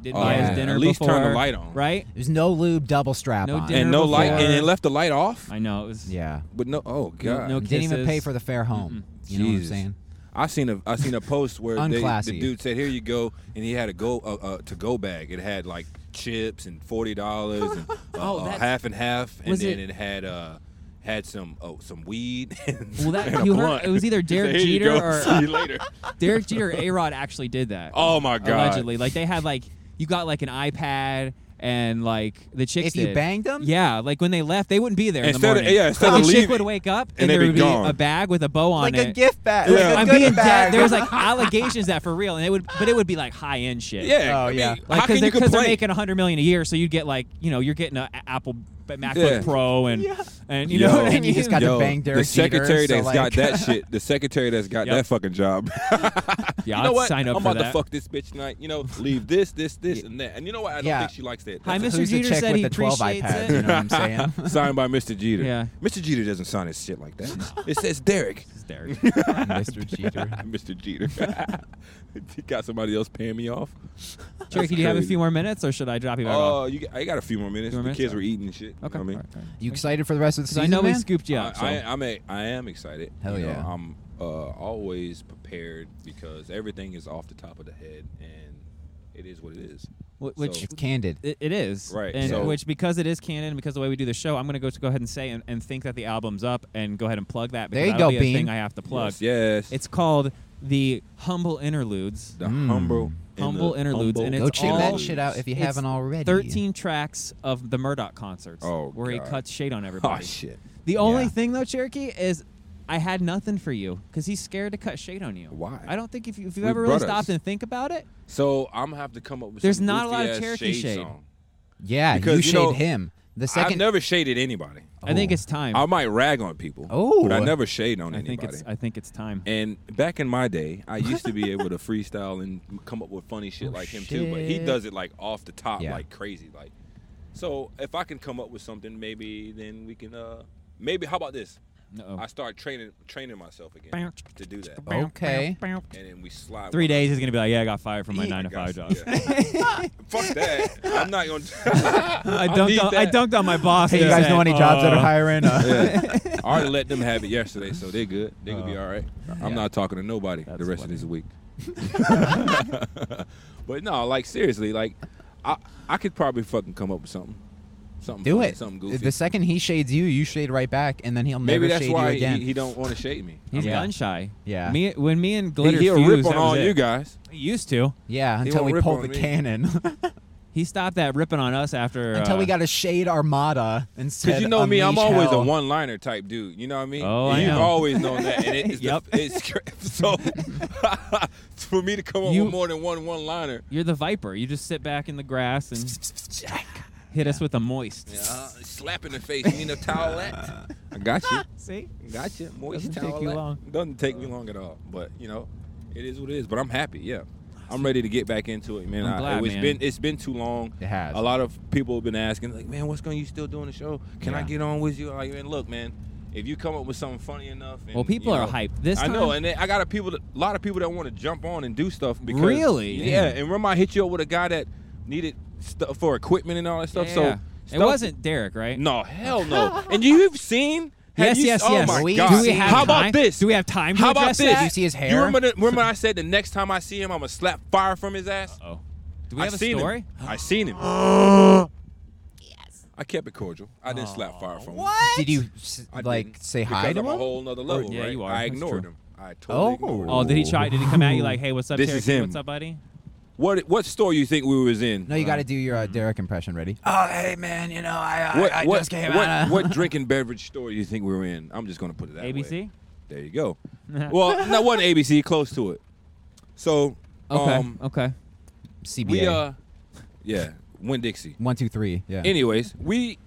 [SPEAKER 4] Didn't
[SPEAKER 6] Oh,
[SPEAKER 4] buy
[SPEAKER 7] yeah.
[SPEAKER 4] his dinner
[SPEAKER 6] At least
[SPEAKER 4] before.
[SPEAKER 6] turn the light on.
[SPEAKER 4] Right?
[SPEAKER 7] There's no lube, double strap
[SPEAKER 4] No
[SPEAKER 7] on.
[SPEAKER 4] dinner.
[SPEAKER 6] And no
[SPEAKER 4] before.
[SPEAKER 6] light, and it left the light off.
[SPEAKER 4] I know it was.
[SPEAKER 7] Yeah.
[SPEAKER 6] But no, oh god,
[SPEAKER 4] no-
[SPEAKER 7] Didn't even pay
[SPEAKER 4] Kisses.
[SPEAKER 7] for the fare home. You
[SPEAKER 6] Jesus.
[SPEAKER 7] know what I'm saying?
[SPEAKER 6] I seen a I seen a post where they, the
[SPEAKER 7] Unclassy.
[SPEAKER 6] dude said, "Here you go," and he had a go uh, uh, to go bag. It had like chips and forty dollars and uh,
[SPEAKER 4] Oh,
[SPEAKER 6] uh,
[SPEAKER 4] that-
[SPEAKER 6] half and half, and
[SPEAKER 4] Was
[SPEAKER 6] then
[SPEAKER 4] it-
[SPEAKER 6] it, had uh had some oh some weed. And,
[SPEAKER 4] Well, that-
[SPEAKER 6] and a
[SPEAKER 4] you heard-
[SPEAKER 6] blunt.
[SPEAKER 4] it was either
[SPEAKER 6] He said,
[SPEAKER 4] Derek
[SPEAKER 6] "Here you
[SPEAKER 4] Jeter
[SPEAKER 6] go.
[SPEAKER 4] or-
[SPEAKER 6] see you later.
[SPEAKER 4] Derek Jeter, A Rod actually did that.
[SPEAKER 6] Oh my god,
[SPEAKER 4] Allegedly, like they had like you got like an iPad and like the chicks.
[SPEAKER 7] If you
[SPEAKER 4] did.
[SPEAKER 7] banged 'em?
[SPEAKER 4] Yeah, like when they left, they wouldn't be there in the
[SPEAKER 6] Instead of-
[SPEAKER 4] morning.
[SPEAKER 6] yeah, instead
[SPEAKER 4] the
[SPEAKER 6] of
[SPEAKER 4] chick
[SPEAKER 6] leaving,
[SPEAKER 4] would wake up
[SPEAKER 6] and they'd
[SPEAKER 4] there
[SPEAKER 6] be
[SPEAKER 4] would
[SPEAKER 6] gone.
[SPEAKER 4] a bag with a bow on
[SPEAKER 7] Like
[SPEAKER 4] it.
[SPEAKER 7] a gift bag.
[SPEAKER 6] Yeah.
[SPEAKER 7] Like a
[SPEAKER 4] I'm
[SPEAKER 7] good
[SPEAKER 4] being dead.
[SPEAKER 7] bag.
[SPEAKER 4] There's like allegations that for real, and it would, but it would be like high end shit.
[SPEAKER 6] Yeah,
[SPEAKER 7] Oh,
[SPEAKER 6] I mean,
[SPEAKER 7] yeah.
[SPEAKER 4] Like,
[SPEAKER 6] how
[SPEAKER 4] they're,
[SPEAKER 6] can you
[SPEAKER 4] 'cause they're
[SPEAKER 6] complain?
[SPEAKER 4] making a hundred million a year, so you'd get like you know you're getting an Apple b- MacBook
[SPEAKER 6] Yeah.
[SPEAKER 4] Pro and and you
[SPEAKER 6] Yo.
[SPEAKER 4] know what I mean.
[SPEAKER 7] And you just got to
[SPEAKER 6] Yo,
[SPEAKER 7] bang
[SPEAKER 6] the
[SPEAKER 7] Derek Jeter,
[SPEAKER 6] secretary
[SPEAKER 7] so,
[SPEAKER 6] that's
[SPEAKER 7] like-
[SPEAKER 6] got that shit. The secretary that's got
[SPEAKER 4] Yep.
[SPEAKER 6] that fucking job.
[SPEAKER 4] yeah,
[SPEAKER 6] you know
[SPEAKER 4] I'd
[SPEAKER 6] what?
[SPEAKER 4] sign up
[SPEAKER 6] I'm
[SPEAKER 4] for
[SPEAKER 6] about
[SPEAKER 4] that.
[SPEAKER 6] to fuck this bitch tonight. You know, leave this, this, this, and that. And you know what? I don't
[SPEAKER 7] Yeah.
[SPEAKER 6] think she likes that.
[SPEAKER 4] Hi,
[SPEAKER 6] That's
[SPEAKER 4] Mr.
[SPEAKER 7] Who's the
[SPEAKER 4] Jeter
[SPEAKER 7] chick
[SPEAKER 4] said
[SPEAKER 7] with
[SPEAKER 4] he
[SPEAKER 7] the 12
[SPEAKER 4] appreciates
[SPEAKER 7] iPads?
[SPEAKER 4] it.
[SPEAKER 7] You know what I'm saying?
[SPEAKER 6] a- signed by Mr. Jeter.
[SPEAKER 4] Yeah.
[SPEAKER 6] Mr. Jeter doesn't sign his shit like that. it says Derek.
[SPEAKER 4] Derek.
[SPEAKER 7] Mr. Jeter.
[SPEAKER 6] Mr. Jeter. You got somebody else paying me off.
[SPEAKER 4] Cherokee, do you have a
[SPEAKER 6] crazy.
[SPEAKER 4] few more minutes, or should I drop you back
[SPEAKER 6] Oh,
[SPEAKER 4] off?
[SPEAKER 6] you got, I got a few more minutes.
[SPEAKER 4] Few more
[SPEAKER 6] the
[SPEAKER 4] minutes?
[SPEAKER 6] kids were eating and shit.
[SPEAKER 4] Okay.
[SPEAKER 6] You know what I mean,
[SPEAKER 4] all right, all right.
[SPEAKER 7] You excited for the rest of the
[SPEAKER 4] So
[SPEAKER 7] season?
[SPEAKER 4] I know we
[SPEAKER 7] man?
[SPEAKER 4] scooped you up. so.
[SPEAKER 6] I, I, I'm a, I am excited.
[SPEAKER 7] Hell
[SPEAKER 6] You know,
[SPEAKER 7] yeah.
[SPEAKER 6] I'm uh, always prepared because everything is off the top of the head and it is what it is.
[SPEAKER 4] Wh- which
[SPEAKER 6] so-
[SPEAKER 7] It's candid.
[SPEAKER 4] it, it is
[SPEAKER 6] Right,
[SPEAKER 4] and
[SPEAKER 6] so-
[SPEAKER 4] which because it is canon, because the way we do the show, I'm gonna go to go ahead and say and, and think that the album's up, and go ahead and plug that. Because
[SPEAKER 7] There you
[SPEAKER 4] that'll
[SPEAKER 7] go,
[SPEAKER 4] be a
[SPEAKER 7] Bean.
[SPEAKER 4] thing I have to plug.
[SPEAKER 6] Yes. yes.
[SPEAKER 4] It's called the Humble Interludes.
[SPEAKER 6] the humble, and
[SPEAKER 4] Mm. Humble
[SPEAKER 6] the
[SPEAKER 4] interludes,
[SPEAKER 6] humble
[SPEAKER 4] and it's
[SPEAKER 7] Go check that
[SPEAKER 4] all-
[SPEAKER 7] shit out if you
[SPEAKER 4] It's
[SPEAKER 7] haven't already.
[SPEAKER 4] 13 tracks of the Murdoch concerts
[SPEAKER 6] Oh,
[SPEAKER 4] where he
[SPEAKER 6] God.
[SPEAKER 4] cuts shade on
[SPEAKER 6] Oh
[SPEAKER 4] everybody.
[SPEAKER 6] shit!
[SPEAKER 4] The only
[SPEAKER 7] Yeah.
[SPEAKER 4] thing though, Cherokee, is I had nothing for you because he's scared to cut shade on you.
[SPEAKER 6] Why?
[SPEAKER 4] I don't think if, you, if you've
[SPEAKER 6] We
[SPEAKER 4] ever really
[SPEAKER 6] brothers.
[SPEAKER 4] stopped and think about it,
[SPEAKER 6] So I'm gonna have to come up with.
[SPEAKER 4] There's
[SPEAKER 6] some
[SPEAKER 4] not a lot of
[SPEAKER 6] goofy-ass
[SPEAKER 4] Cherokee shade.
[SPEAKER 6] song.
[SPEAKER 7] Yeah,
[SPEAKER 6] Because,
[SPEAKER 7] you
[SPEAKER 6] you
[SPEAKER 7] shade
[SPEAKER 6] know,
[SPEAKER 7] him. The second.
[SPEAKER 6] I've never shaded anybody.
[SPEAKER 4] I think
[SPEAKER 7] Oh.
[SPEAKER 4] it's time.
[SPEAKER 6] I might rag on people,
[SPEAKER 7] Oh.
[SPEAKER 6] but I never shade on
[SPEAKER 4] I think
[SPEAKER 6] anybody.
[SPEAKER 4] it's I think it's time.
[SPEAKER 6] and back in my day, I used to be able to freestyle and come up with funny shit
[SPEAKER 7] Oh,
[SPEAKER 6] like him too. But he
[SPEAKER 7] shit.
[SPEAKER 6] does it like off the top,
[SPEAKER 7] Yeah.
[SPEAKER 6] like crazy. Like, so if I can come up with something, maybe then we can. uh Maybe how about this?
[SPEAKER 4] Uh-oh.
[SPEAKER 6] I start training training myself again to do that,
[SPEAKER 7] Okay.
[SPEAKER 6] and then we slide.
[SPEAKER 4] Three
[SPEAKER 6] one
[SPEAKER 4] days he's gonna be like, yeah, I got fired from my
[SPEAKER 7] Yeah.
[SPEAKER 4] nine to five
[SPEAKER 6] Got some-
[SPEAKER 4] job.
[SPEAKER 6] yeah. Fuck that. I'm not gonna.
[SPEAKER 4] I
[SPEAKER 6] need
[SPEAKER 4] dunked on, I
[SPEAKER 6] that.
[SPEAKER 4] dunked on my boss.
[SPEAKER 7] Hey,
[SPEAKER 4] and
[SPEAKER 7] you guys
[SPEAKER 4] said,
[SPEAKER 7] know any jobs that
[SPEAKER 4] uh,
[SPEAKER 7] are hiring? Uh,
[SPEAKER 6] Yeah. I already let them have it yesterday, so they're good. They could be all right. I'm not talking to nobody the
[SPEAKER 4] Uh, That's
[SPEAKER 6] rest
[SPEAKER 4] funny.
[SPEAKER 6] of this week. but no, like seriously, like I I could probably fucking come up with something. Something.
[SPEAKER 7] Do
[SPEAKER 6] funny,
[SPEAKER 7] it.
[SPEAKER 6] Something goofy.
[SPEAKER 7] The second he shades you, you shade right back, and then he'll never
[SPEAKER 6] Maybe that's
[SPEAKER 7] shade
[SPEAKER 6] why
[SPEAKER 7] you again.
[SPEAKER 6] he, he don't want to shade me.
[SPEAKER 4] He's
[SPEAKER 7] Yeah.
[SPEAKER 4] gun shy.
[SPEAKER 7] Yeah.
[SPEAKER 4] Me when me and Glitter
[SPEAKER 6] He'll
[SPEAKER 4] fused,
[SPEAKER 6] rip on
[SPEAKER 4] that was
[SPEAKER 6] all
[SPEAKER 4] it.
[SPEAKER 6] you guys.
[SPEAKER 4] He used to.
[SPEAKER 7] yeah,
[SPEAKER 6] He
[SPEAKER 7] until
[SPEAKER 6] won't
[SPEAKER 7] we
[SPEAKER 6] rip
[SPEAKER 7] pulled
[SPEAKER 6] on
[SPEAKER 7] the
[SPEAKER 6] me.
[SPEAKER 7] cannon.
[SPEAKER 4] He stopped that ripping on us after
[SPEAKER 7] until
[SPEAKER 4] uh,
[SPEAKER 7] we got a shade armada instead.
[SPEAKER 6] Because you know me, I'm
[SPEAKER 7] unleash
[SPEAKER 6] always
[SPEAKER 7] hell.
[SPEAKER 6] a one-liner type dude. You know what I mean?
[SPEAKER 4] Oh, I
[SPEAKER 6] and You've
[SPEAKER 4] know.
[SPEAKER 6] always known that. And it's the-
[SPEAKER 4] Yep.
[SPEAKER 6] it's cr- so for me to come up
[SPEAKER 4] You-
[SPEAKER 6] with more than one one-liner.
[SPEAKER 4] You're the viper. You just sit back in the grass and hit us with a moist.
[SPEAKER 6] Yeah, slap in the face. You need a towelette. I got you.
[SPEAKER 4] See?
[SPEAKER 6] Got you. Moist
[SPEAKER 4] Doesn't
[SPEAKER 6] towelette.
[SPEAKER 4] take you long.
[SPEAKER 6] Doesn't take me long at all. But you know, it is what it is. But I'm happy. Yeah, I'm ready to get back into it, man.
[SPEAKER 4] I'm
[SPEAKER 6] I- oh,
[SPEAKER 4] glad,
[SPEAKER 6] it's
[SPEAKER 4] man.
[SPEAKER 6] been it's been too long.
[SPEAKER 5] It has.
[SPEAKER 6] A lot of people have been asking, like, man, what's going? You still doing the show? Can I
[SPEAKER 5] Yeah.
[SPEAKER 6] get on with you? Like, man, look, man. If you come up with something funny enough, and,
[SPEAKER 4] Well, people
[SPEAKER 6] you
[SPEAKER 4] are
[SPEAKER 6] know,
[SPEAKER 4] hyped. This
[SPEAKER 6] I know,
[SPEAKER 4] time-
[SPEAKER 6] and then I got a people, that, a lot of people that want to jump on and do stuff because
[SPEAKER 4] Really?
[SPEAKER 6] yeah. And remember, I hit you up with a guy that needed stuff for equipment and all that stuff.
[SPEAKER 4] Yeah,
[SPEAKER 6] so
[SPEAKER 4] yeah. it
[SPEAKER 6] stuff-
[SPEAKER 4] wasn't Derek, right?
[SPEAKER 6] no, hell no. and you've seen? Have
[SPEAKER 4] Yes,
[SPEAKER 6] you-
[SPEAKER 4] yes,
[SPEAKER 6] oh
[SPEAKER 4] yes.
[SPEAKER 6] My
[SPEAKER 7] We've
[SPEAKER 6] God.
[SPEAKER 7] Do we have
[SPEAKER 6] How about
[SPEAKER 4] time-
[SPEAKER 6] this?
[SPEAKER 4] do we have time to
[SPEAKER 6] How about
[SPEAKER 4] address
[SPEAKER 6] this?
[SPEAKER 4] that?
[SPEAKER 7] You see his hair?
[SPEAKER 6] remember, the, remember I said the next time I see him, I'm gonna slap fire from his ass.
[SPEAKER 4] Oh. Do we
[SPEAKER 6] I
[SPEAKER 4] have a
[SPEAKER 6] seen
[SPEAKER 4] story?
[SPEAKER 6] Him. I seen him. I kept it cordial. I didn't slap fire from him.
[SPEAKER 7] Did you s-
[SPEAKER 6] I
[SPEAKER 7] like
[SPEAKER 6] didn't,
[SPEAKER 7] say
[SPEAKER 6] because
[SPEAKER 7] hi
[SPEAKER 6] I'm
[SPEAKER 7] to
[SPEAKER 6] a
[SPEAKER 7] him?
[SPEAKER 6] whole nother level.
[SPEAKER 4] yeah,
[SPEAKER 6] right?
[SPEAKER 4] you are.
[SPEAKER 6] I
[SPEAKER 4] That's
[SPEAKER 6] ignored
[SPEAKER 4] true.
[SPEAKER 6] him. I totally
[SPEAKER 7] Oh.
[SPEAKER 6] ignored him.
[SPEAKER 4] Oh, did he try? Did he come at you like, "Hey, what's up,
[SPEAKER 6] This
[SPEAKER 4] Derek?
[SPEAKER 6] is him.
[SPEAKER 4] What's up, buddy?"
[SPEAKER 6] What what store you think we was in?
[SPEAKER 7] No, you got to do your uh, Derek impression. Ready? Oh, hey man, you know I
[SPEAKER 6] What what what, what drinking beverage store you think we were in? I'm just gonna put it that way.
[SPEAKER 4] ABC?
[SPEAKER 6] There you go. well, no, it wasn't ABC. Close to it. So
[SPEAKER 4] Okay.
[SPEAKER 6] um,
[SPEAKER 4] okay.
[SPEAKER 7] CBA.
[SPEAKER 6] we uh, yeah, Win Dixie.
[SPEAKER 7] One, two, three. Yeah.
[SPEAKER 6] Anyways, we.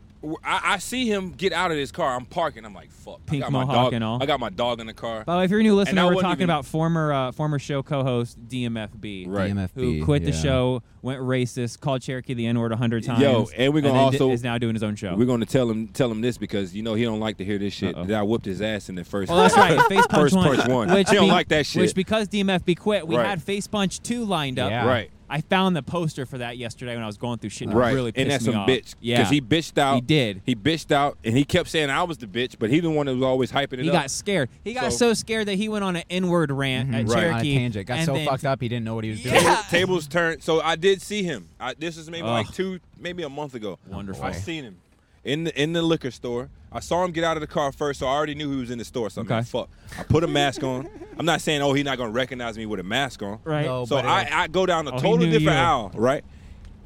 [SPEAKER 6] I, I see him get out of this car. I'm parking. I'm like, fuck.
[SPEAKER 4] Pink
[SPEAKER 6] I got my
[SPEAKER 4] Mohawk
[SPEAKER 6] dog.
[SPEAKER 4] and all.
[SPEAKER 6] I got my dog in the car.
[SPEAKER 4] By the way, if you're a new listener,
[SPEAKER 6] I
[SPEAKER 4] we're
[SPEAKER 6] wasn't
[SPEAKER 4] talking
[SPEAKER 6] even-
[SPEAKER 4] about former uh, former show co-host DMFB,
[SPEAKER 6] Right.
[SPEAKER 7] DMFB,
[SPEAKER 4] who quit the
[SPEAKER 7] yeah.
[SPEAKER 4] show, went racist, called Cherokee the N-word a hundred times.
[SPEAKER 6] Yo, and we're gonna
[SPEAKER 4] then di-
[SPEAKER 6] also-
[SPEAKER 4] is now doing his own show.
[SPEAKER 6] We're gonna tell him tell him this because you know he don't like to hear this shit.
[SPEAKER 4] Uh-oh.
[SPEAKER 6] That I whooped his ass in the first.
[SPEAKER 4] Oh, that's right. Face punch
[SPEAKER 6] first
[SPEAKER 4] one.
[SPEAKER 6] punch one.
[SPEAKER 4] Which
[SPEAKER 6] he don't
[SPEAKER 4] be-
[SPEAKER 6] like that shit.
[SPEAKER 4] Which because DMFB quit, we
[SPEAKER 6] Right.
[SPEAKER 4] had face punch two lined up.
[SPEAKER 5] Yeah.
[SPEAKER 6] Right.
[SPEAKER 4] I found the poster for that yesterday when I was going through shit. And it
[SPEAKER 6] right.
[SPEAKER 4] Really pissed
[SPEAKER 6] and that's
[SPEAKER 4] me
[SPEAKER 6] some
[SPEAKER 4] off.
[SPEAKER 6] bitch.
[SPEAKER 4] Yeah.
[SPEAKER 6] Because he bitched out.
[SPEAKER 4] He did.
[SPEAKER 6] He bitched out, and he kept saying I was the bitch, but he the one that was always hyping it
[SPEAKER 4] He
[SPEAKER 6] up.
[SPEAKER 4] got scared. He got so,
[SPEAKER 6] So- Mm-hmm.
[SPEAKER 4] scared that he went on an N-word rant at
[SPEAKER 6] Right.
[SPEAKER 4] Cherokee.
[SPEAKER 7] On a tangent, got
[SPEAKER 4] and
[SPEAKER 7] so
[SPEAKER 4] then-
[SPEAKER 7] fucked up he didn't know what he was doing.
[SPEAKER 6] Table- tables turned. So I did see him. I, this is maybe like
[SPEAKER 4] Ugh.
[SPEAKER 6] two, maybe a month ago.
[SPEAKER 4] Wonderful.
[SPEAKER 6] I seen him in the in the liquor store. I saw him get out of the car first, so I already knew he was in the store. So I'm like,
[SPEAKER 4] Okay.
[SPEAKER 6] fuck. I put a mask on. I'm not saying, oh, he's not gonna recognize me with a mask on.
[SPEAKER 4] Right.
[SPEAKER 7] No,
[SPEAKER 6] So
[SPEAKER 7] but, uh,
[SPEAKER 6] I, I go down a
[SPEAKER 4] Oh, he
[SPEAKER 6] totally
[SPEAKER 4] knew
[SPEAKER 6] different
[SPEAKER 4] you.
[SPEAKER 6] aisle, right?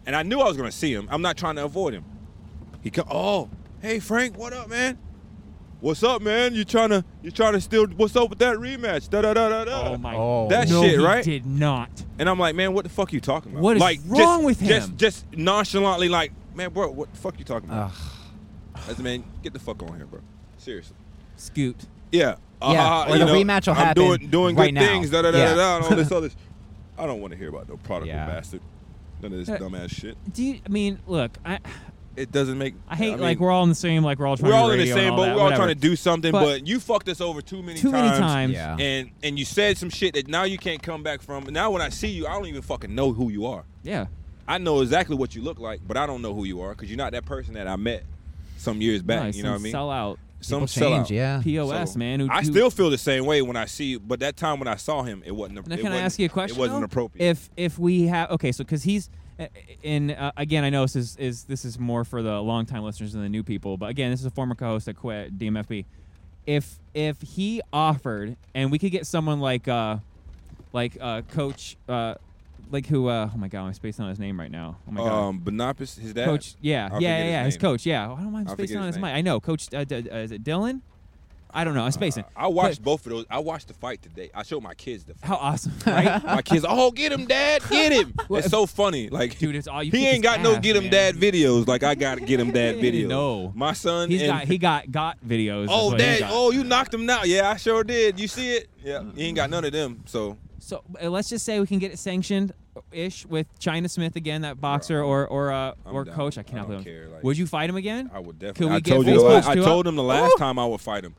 [SPEAKER 6] And I knew I was gonna see him. I'm not trying to avoid him. He come. Oh, hey Frank, what up, man? What's up, man? You trying to you trying to steal? What's up with that rematch? Da da da da da.
[SPEAKER 4] Oh my.
[SPEAKER 5] Oh.
[SPEAKER 6] That
[SPEAKER 4] no,
[SPEAKER 6] shit,
[SPEAKER 4] he
[SPEAKER 6] right?
[SPEAKER 4] Did not.
[SPEAKER 6] And I'm like, man, what the fuck you talking about?
[SPEAKER 4] What is
[SPEAKER 6] like,
[SPEAKER 4] wrong
[SPEAKER 6] just,
[SPEAKER 4] with him?
[SPEAKER 6] Just, just nonchalantly, like, man, bro, what the fuck you talking about? As a man, get the fuck on here, bro. Seriously.
[SPEAKER 4] Scoot.
[SPEAKER 6] Yeah. Uh-huh,
[SPEAKER 7] or
[SPEAKER 6] you
[SPEAKER 7] the
[SPEAKER 6] know,
[SPEAKER 7] rematch will
[SPEAKER 6] I'm
[SPEAKER 7] happen
[SPEAKER 6] Doing, doing
[SPEAKER 7] right
[SPEAKER 6] good
[SPEAKER 7] now.
[SPEAKER 6] things. Da da da
[SPEAKER 7] Yeah.
[SPEAKER 6] da da. And all this other. sh- I don't want to hear about no prodigal
[SPEAKER 5] Yeah.
[SPEAKER 6] bastard. None of this
[SPEAKER 4] Uh,
[SPEAKER 6] dumbass shit.
[SPEAKER 4] Do you? I mean, look, I
[SPEAKER 6] It doesn't make.
[SPEAKER 4] I hate
[SPEAKER 6] mean,
[SPEAKER 4] like we're all in the same. Like we're all trying.
[SPEAKER 6] we're
[SPEAKER 4] to
[SPEAKER 6] all in the
[SPEAKER 4] radio and
[SPEAKER 6] same
[SPEAKER 4] all
[SPEAKER 6] boat.
[SPEAKER 4] that,
[SPEAKER 6] We're all trying
[SPEAKER 4] whatever.
[SPEAKER 6] to do something,
[SPEAKER 4] But-
[SPEAKER 6] but, you fucked us over too many
[SPEAKER 4] Too
[SPEAKER 6] times.
[SPEAKER 4] many times.
[SPEAKER 7] Yeah.
[SPEAKER 6] And and you said some shit that now you can't come back from. Now when I see you, I don't even fucking know who you are.
[SPEAKER 4] Yeah.
[SPEAKER 6] I know exactly what you look like, but I don't know who you are because you're not that person that I met some years back.
[SPEAKER 4] Nice,
[SPEAKER 6] you know what I
[SPEAKER 4] some
[SPEAKER 6] mean?
[SPEAKER 4] Sellout.
[SPEAKER 7] People
[SPEAKER 6] some sellout.
[SPEAKER 7] change, yeah.
[SPEAKER 4] POS
[SPEAKER 6] So,
[SPEAKER 4] man. Who,
[SPEAKER 6] I
[SPEAKER 4] who-
[SPEAKER 6] still feel the same way when I see you, but that time when I saw him, it wasn't.
[SPEAKER 4] Now,
[SPEAKER 6] it
[SPEAKER 4] can I
[SPEAKER 6] wasn't-
[SPEAKER 4] ask you a question?
[SPEAKER 6] It wasn't
[SPEAKER 4] though?
[SPEAKER 6] appropriate.
[SPEAKER 4] If if we have okay, so because he's uh, in uh, again, I know this is, is this is more for the longtime listeners than the new people, but again, this is a former co-host that quit DMFB. If if he offered and we could get someone like uh like uh coach uh like who uh oh my god, I'm spacing on his name right now. Oh my god.
[SPEAKER 6] um, Bonapis, his dad,
[SPEAKER 4] Coach, yeah,
[SPEAKER 6] I
[SPEAKER 4] yeah,
[SPEAKER 6] forget
[SPEAKER 4] yeah, yeah, his,
[SPEAKER 6] name.
[SPEAKER 4] coach, yeah. I don't mind
[SPEAKER 6] I
[SPEAKER 4] spacing
[SPEAKER 6] forget
[SPEAKER 4] on
[SPEAKER 6] his
[SPEAKER 4] his
[SPEAKER 6] name.
[SPEAKER 4] mic. I know, Coach. Uh, d- uh, is it Dylan? I don't know. I'm spacing.
[SPEAKER 6] Uh, I watched both of those. I watched the fight today. I showed my kids the
[SPEAKER 4] How
[SPEAKER 6] fight.
[SPEAKER 4] awesome, right?
[SPEAKER 6] my kids, oh, get him, dad, get him. it's so funny, like
[SPEAKER 4] Dude, it's all- you
[SPEAKER 6] he
[SPEAKER 4] kick his
[SPEAKER 6] ain't got no
[SPEAKER 4] ass,
[SPEAKER 6] get him,
[SPEAKER 4] man.
[SPEAKER 6] dad videos. Like I got get him, dad videos.
[SPEAKER 4] No.
[SPEAKER 6] my son.
[SPEAKER 4] He's
[SPEAKER 6] and
[SPEAKER 4] got he got got videos. is
[SPEAKER 6] Oh,
[SPEAKER 4] what he
[SPEAKER 6] dad!
[SPEAKER 4] got. Mm-hmm.
[SPEAKER 6] Oh, you knocked him out. Yeah, I sure did. You see it? Yeah. He ain't got none of them. So
[SPEAKER 4] So uh, let's just say we can get it sanctioned ish with China Smith again, that boxer or or uh,
[SPEAKER 6] I'm
[SPEAKER 4] or
[SPEAKER 6] down.
[SPEAKER 4] coach. I
[SPEAKER 6] I
[SPEAKER 4] cannot
[SPEAKER 6] don't
[SPEAKER 4] believe. him.
[SPEAKER 6] care, like,
[SPEAKER 4] Would you fight him again?
[SPEAKER 6] I would
[SPEAKER 4] Could
[SPEAKER 6] definitely.
[SPEAKER 4] we
[SPEAKER 6] I
[SPEAKER 4] get
[SPEAKER 6] told you.
[SPEAKER 4] Facebook
[SPEAKER 6] I, I
[SPEAKER 4] too up?
[SPEAKER 6] told him the last
[SPEAKER 4] Ooh.
[SPEAKER 6] time I would fight him.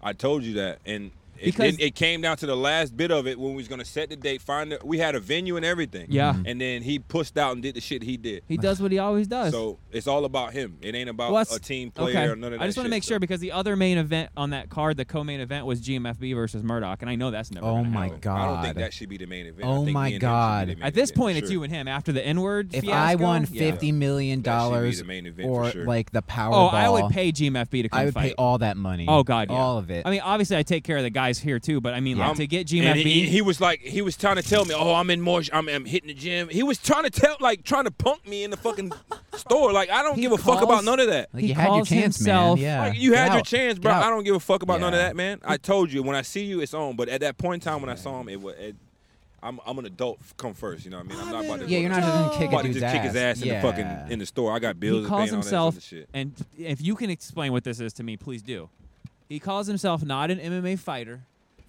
[SPEAKER 6] I told you that, and It,
[SPEAKER 4] Because-
[SPEAKER 6] it, it came down to the last bit of it when we was gonna set the date, find the, we had a venue and everything. Mm-hmm.
[SPEAKER 4] Yeah. Mhm.
[SPEAKER 6] And then he pushed out and did the shit he did.
[SPEAKER 4] He does what he always does.
[SPEAKER 6] So it's all about him. It ain't about
[SPEAKER 4] What's-
[SPEAKER 6] a team player
[SPEAKER 4] okay.
[SPEAKER 6] or none of that.
[SPEAKER 4] I just want to
[SPEAKER 6] shit,
[SPEAKER 4] make
[SPEAKER 6] so.
[SPEAKER 4] sure because the other main event on that card, the co-main event, was GMFB versus Murdoch, and I know that's never.
[SPEAKER 7] Oh
[SPEAKER 4] gonna
[SPEAKER 7] my
[SPEAKER 4] happen.
[SPEAKER 7] God.
[SPEAKER 6] I don't think that should be the main event. I
[SPEAKER 7] Oh
[SPEAKER 6] think
[SPEAKER 7] my
[SPEAKER 6] me and him should be the
[SPEAKER 7] God.
[SPEAKER 6] main
[SPEAKER 4] At this
[SPEAKER 6] event,
[SPEAKER 4] point, it's
[SPEAKER 6] sure.
[SPEAKER 4] you and him. After the N word,
[SPEAKER 7] If I won
[SPEAKER 6] Yeah.
[SPEAKER 7] fifty million dollars
[SPEAKER 6] main event for
[SPEAKER 7] or
[SPEAKER 6] sure.
[SPEAKER 7] like the Powerball,
[SPEAKER 4] oh, I would pay GMFB to come
[SPEAKER 7] I would
[SPEAKER 4] fight.
[SPEAKER 7] pay all that money.
[SPEAKER 4] oh God, yeah.
[SPEAKER 7] all of it.
[SPEAKER 4] I mean, obviously, I take care of the guys here too, but I mean, like,
[SPEAKER 6] I'm-
[SPEAKER 4] to get
[SPEAKER 6] and
[SPEAKER 4] GMFB,
[SPEAKER 6] he, he was like, he was trying to tell me, oh, I'm in more, sh- I'm, I'm hitting the gym. He was trying to tell, like, trying to punk me in the fucking store. Like, I don't
[SPEAKER 7] He
[SPEAKER 6] give a fuck
[SPEAKER 7] calls-
[SPEAKER 6] about none of that.
[SPEAKER 7] like
[SPEAKER 4] he
[SPEAKER 7] you had your
[SPEAKER 4] calls
[SPEAKER 7] chance,
[SPEAKER 4] himself-
[SPEAKER 7] man. Yeah,
[SPEAKER 6] Like, you
[SPEAKER 7] Get
[SPEAKER 6] had your
[SPEAKER 7] out.
[SPEAKER 6] chance,
[SPEAKER 7] Get
[SPEAKER 6] bro.
[SPEAKER 7] out.
[SPEAKER 6] I don't give a fuck about none of
[SPEAKER 7] Yeah.
[SPEAKER 6] that, man. I told you when I see you, it's on. But at that point in time when I saw him, it was. It, I'm, I'm an adult. f- Come first, you know what I mean. I'm not about to.
[SPEAKER 7] Yeah,
[SPEAKER 6] go
[SPEAKER 7] you're
[SPEAKER 6] to-
[SPEAKER 7] not just gonna kick
[SPEAKER 6] I'm
[SPEAKER 7] a
[SPEAKER 6] about to
[SPEAKER 7] dude's
[SPEAKER 6] just kick his ass in
[SPEAKER 7] yeah.
[SPEAKER 6] the fucking in the store. I got bills.
[SPEAKER 4] he
[SPEAKER 6] to
[SPEAKER 4] calls
[SPEAKER 6] pay and all that
[SPEAKER 4] himself,
[SPEAKER 6] other shit.
[SPEAKER 4] and if you can explain what this is to me, please do. He calls himself not an MMA fighter,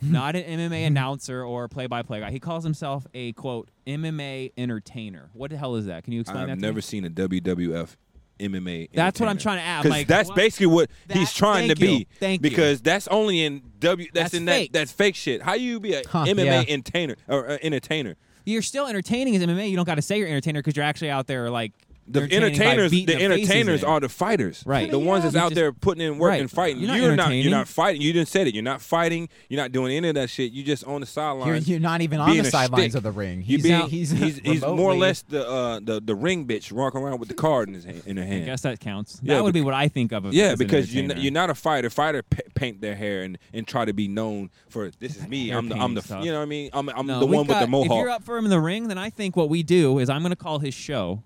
[SPEAKER 4] not an MMA announcer or play-by-play guy. He calls himself a quote MMA entertainer. What the hell is that? Can you explain
[SPEAKER 6] I've
[SPEAKER 4] that? to me?
[SPEAKER 6] never seen a WWF MMA.
[SPEAKER 4] That's what I'm
[SPEAKER 6] entertainer.
[SPEAKER 4] trying to add,
[SPEAKER 6] 'Cause
[SPEAKER 4] like,
[SPEAKER 6] that's
[SPEAKER 4] what-
[SPEAKER 6] basically what
[SPEAKER 4] That-
[SPEAKER 6] he's trying to
[SPEAKER 4] thank you,
[SPEAKER 6] be.
[SPEAKER 4] thank you.
[SPEAKER 6] because that's only in W. That's,
[SPEAKER 4] That's
[SPEAKER 6] in
[SPEAKER 4] fake.
[SPEAKER 6] that. That's fake shit. How you be a
[SPEAKER 7] Huh, yeah.
[SPEAKER 6] MMA entertainer or uh, entertainer?
[SPEAKER 4] You're still entertaining as MMA. You don't got to say you're entertainer because you're actually out there like
[SPEAKER 6] The
[SPEAKER 4] entertaining by
[SPEAKER 6] entertainers, the
[SPEAKER 4] beating faces
[SPEAKER 6] entertainers
[SPEAKER 4] in.
[SPEAKER 6] are the fighters.
[SPEAKER 4] Right.
[SPEAKER 6] The ones that's
[SPEAKER 4] You
[SPEAKER 6] out
[SPEAKER 4] just-
[SPEAKER 6] there putting in work
[SPEAKER 4] Right.
[SPEAKER 6] and fighting.
[SPEAKER 4] You're not
[SPEAKER 6] You're not. You're
[SPEAKER 4] entertaining.
[SPEAKER 6] not fighting. You didn't said it. You're not fighting. You're not doing any of that shit. You just on the
[SPEAKER 7] You're,
[SPEAKER 6] sideline.
[SPEAKER 7] you're not even on
[SPEAKER 6] being
[SPEAKER 7] the
[SPEAKER 6] a
[SPEAKER 7] sidelines
[SPEAKER 6] shtick.
[SPEAKER 7] of the ring.
[SPEAKER 6] You
[SPEAKER 7] He's
[SPEAKER 6] being-
[SPEAKER 7] out- he's
[SPEAKER 6] he's, he's more or
[SPEAKER 7] remotely-
[SPEAKER 6] less the uh, the the ring bitch walking around with the card in his hand, in her hand.
[SPEAKER 4] I guess that counts.
[SPEAKER 6] Yeah,
[SPEAKER 4] that would be
[SPEAKER 6] bec-
[SPEAKER 4] what I think of.
[SPEAKER 6] Yeah,
[SPEAKER 4] as an
[SPEAKER 6] because you're not,
[SPEAKER 4] entertainer.
[SPEAKER 6] you're not a fighter. Fighter pa paint their hair and, and try to be known for this is me.
[SPEAKER 4] Hair
[SPEAKER 6] I'm the I'm
[SPEAKER 4] painting
[SPEAKER 6] the
[SPEAKER 4] stuff.
[SPEAKER 6] you know what I mean. I'm I'm
[SPEAKER 4] No,
[SPEAKER 6] the
[SPEAKER 4] we
[SPEAKER 6] one with
[SPEAKER 4] got-
[SPEAKER 6] the mohawk.
[SPEAKER 4] If you're up for him in the ring, then I think what we do is I'm going to call his show,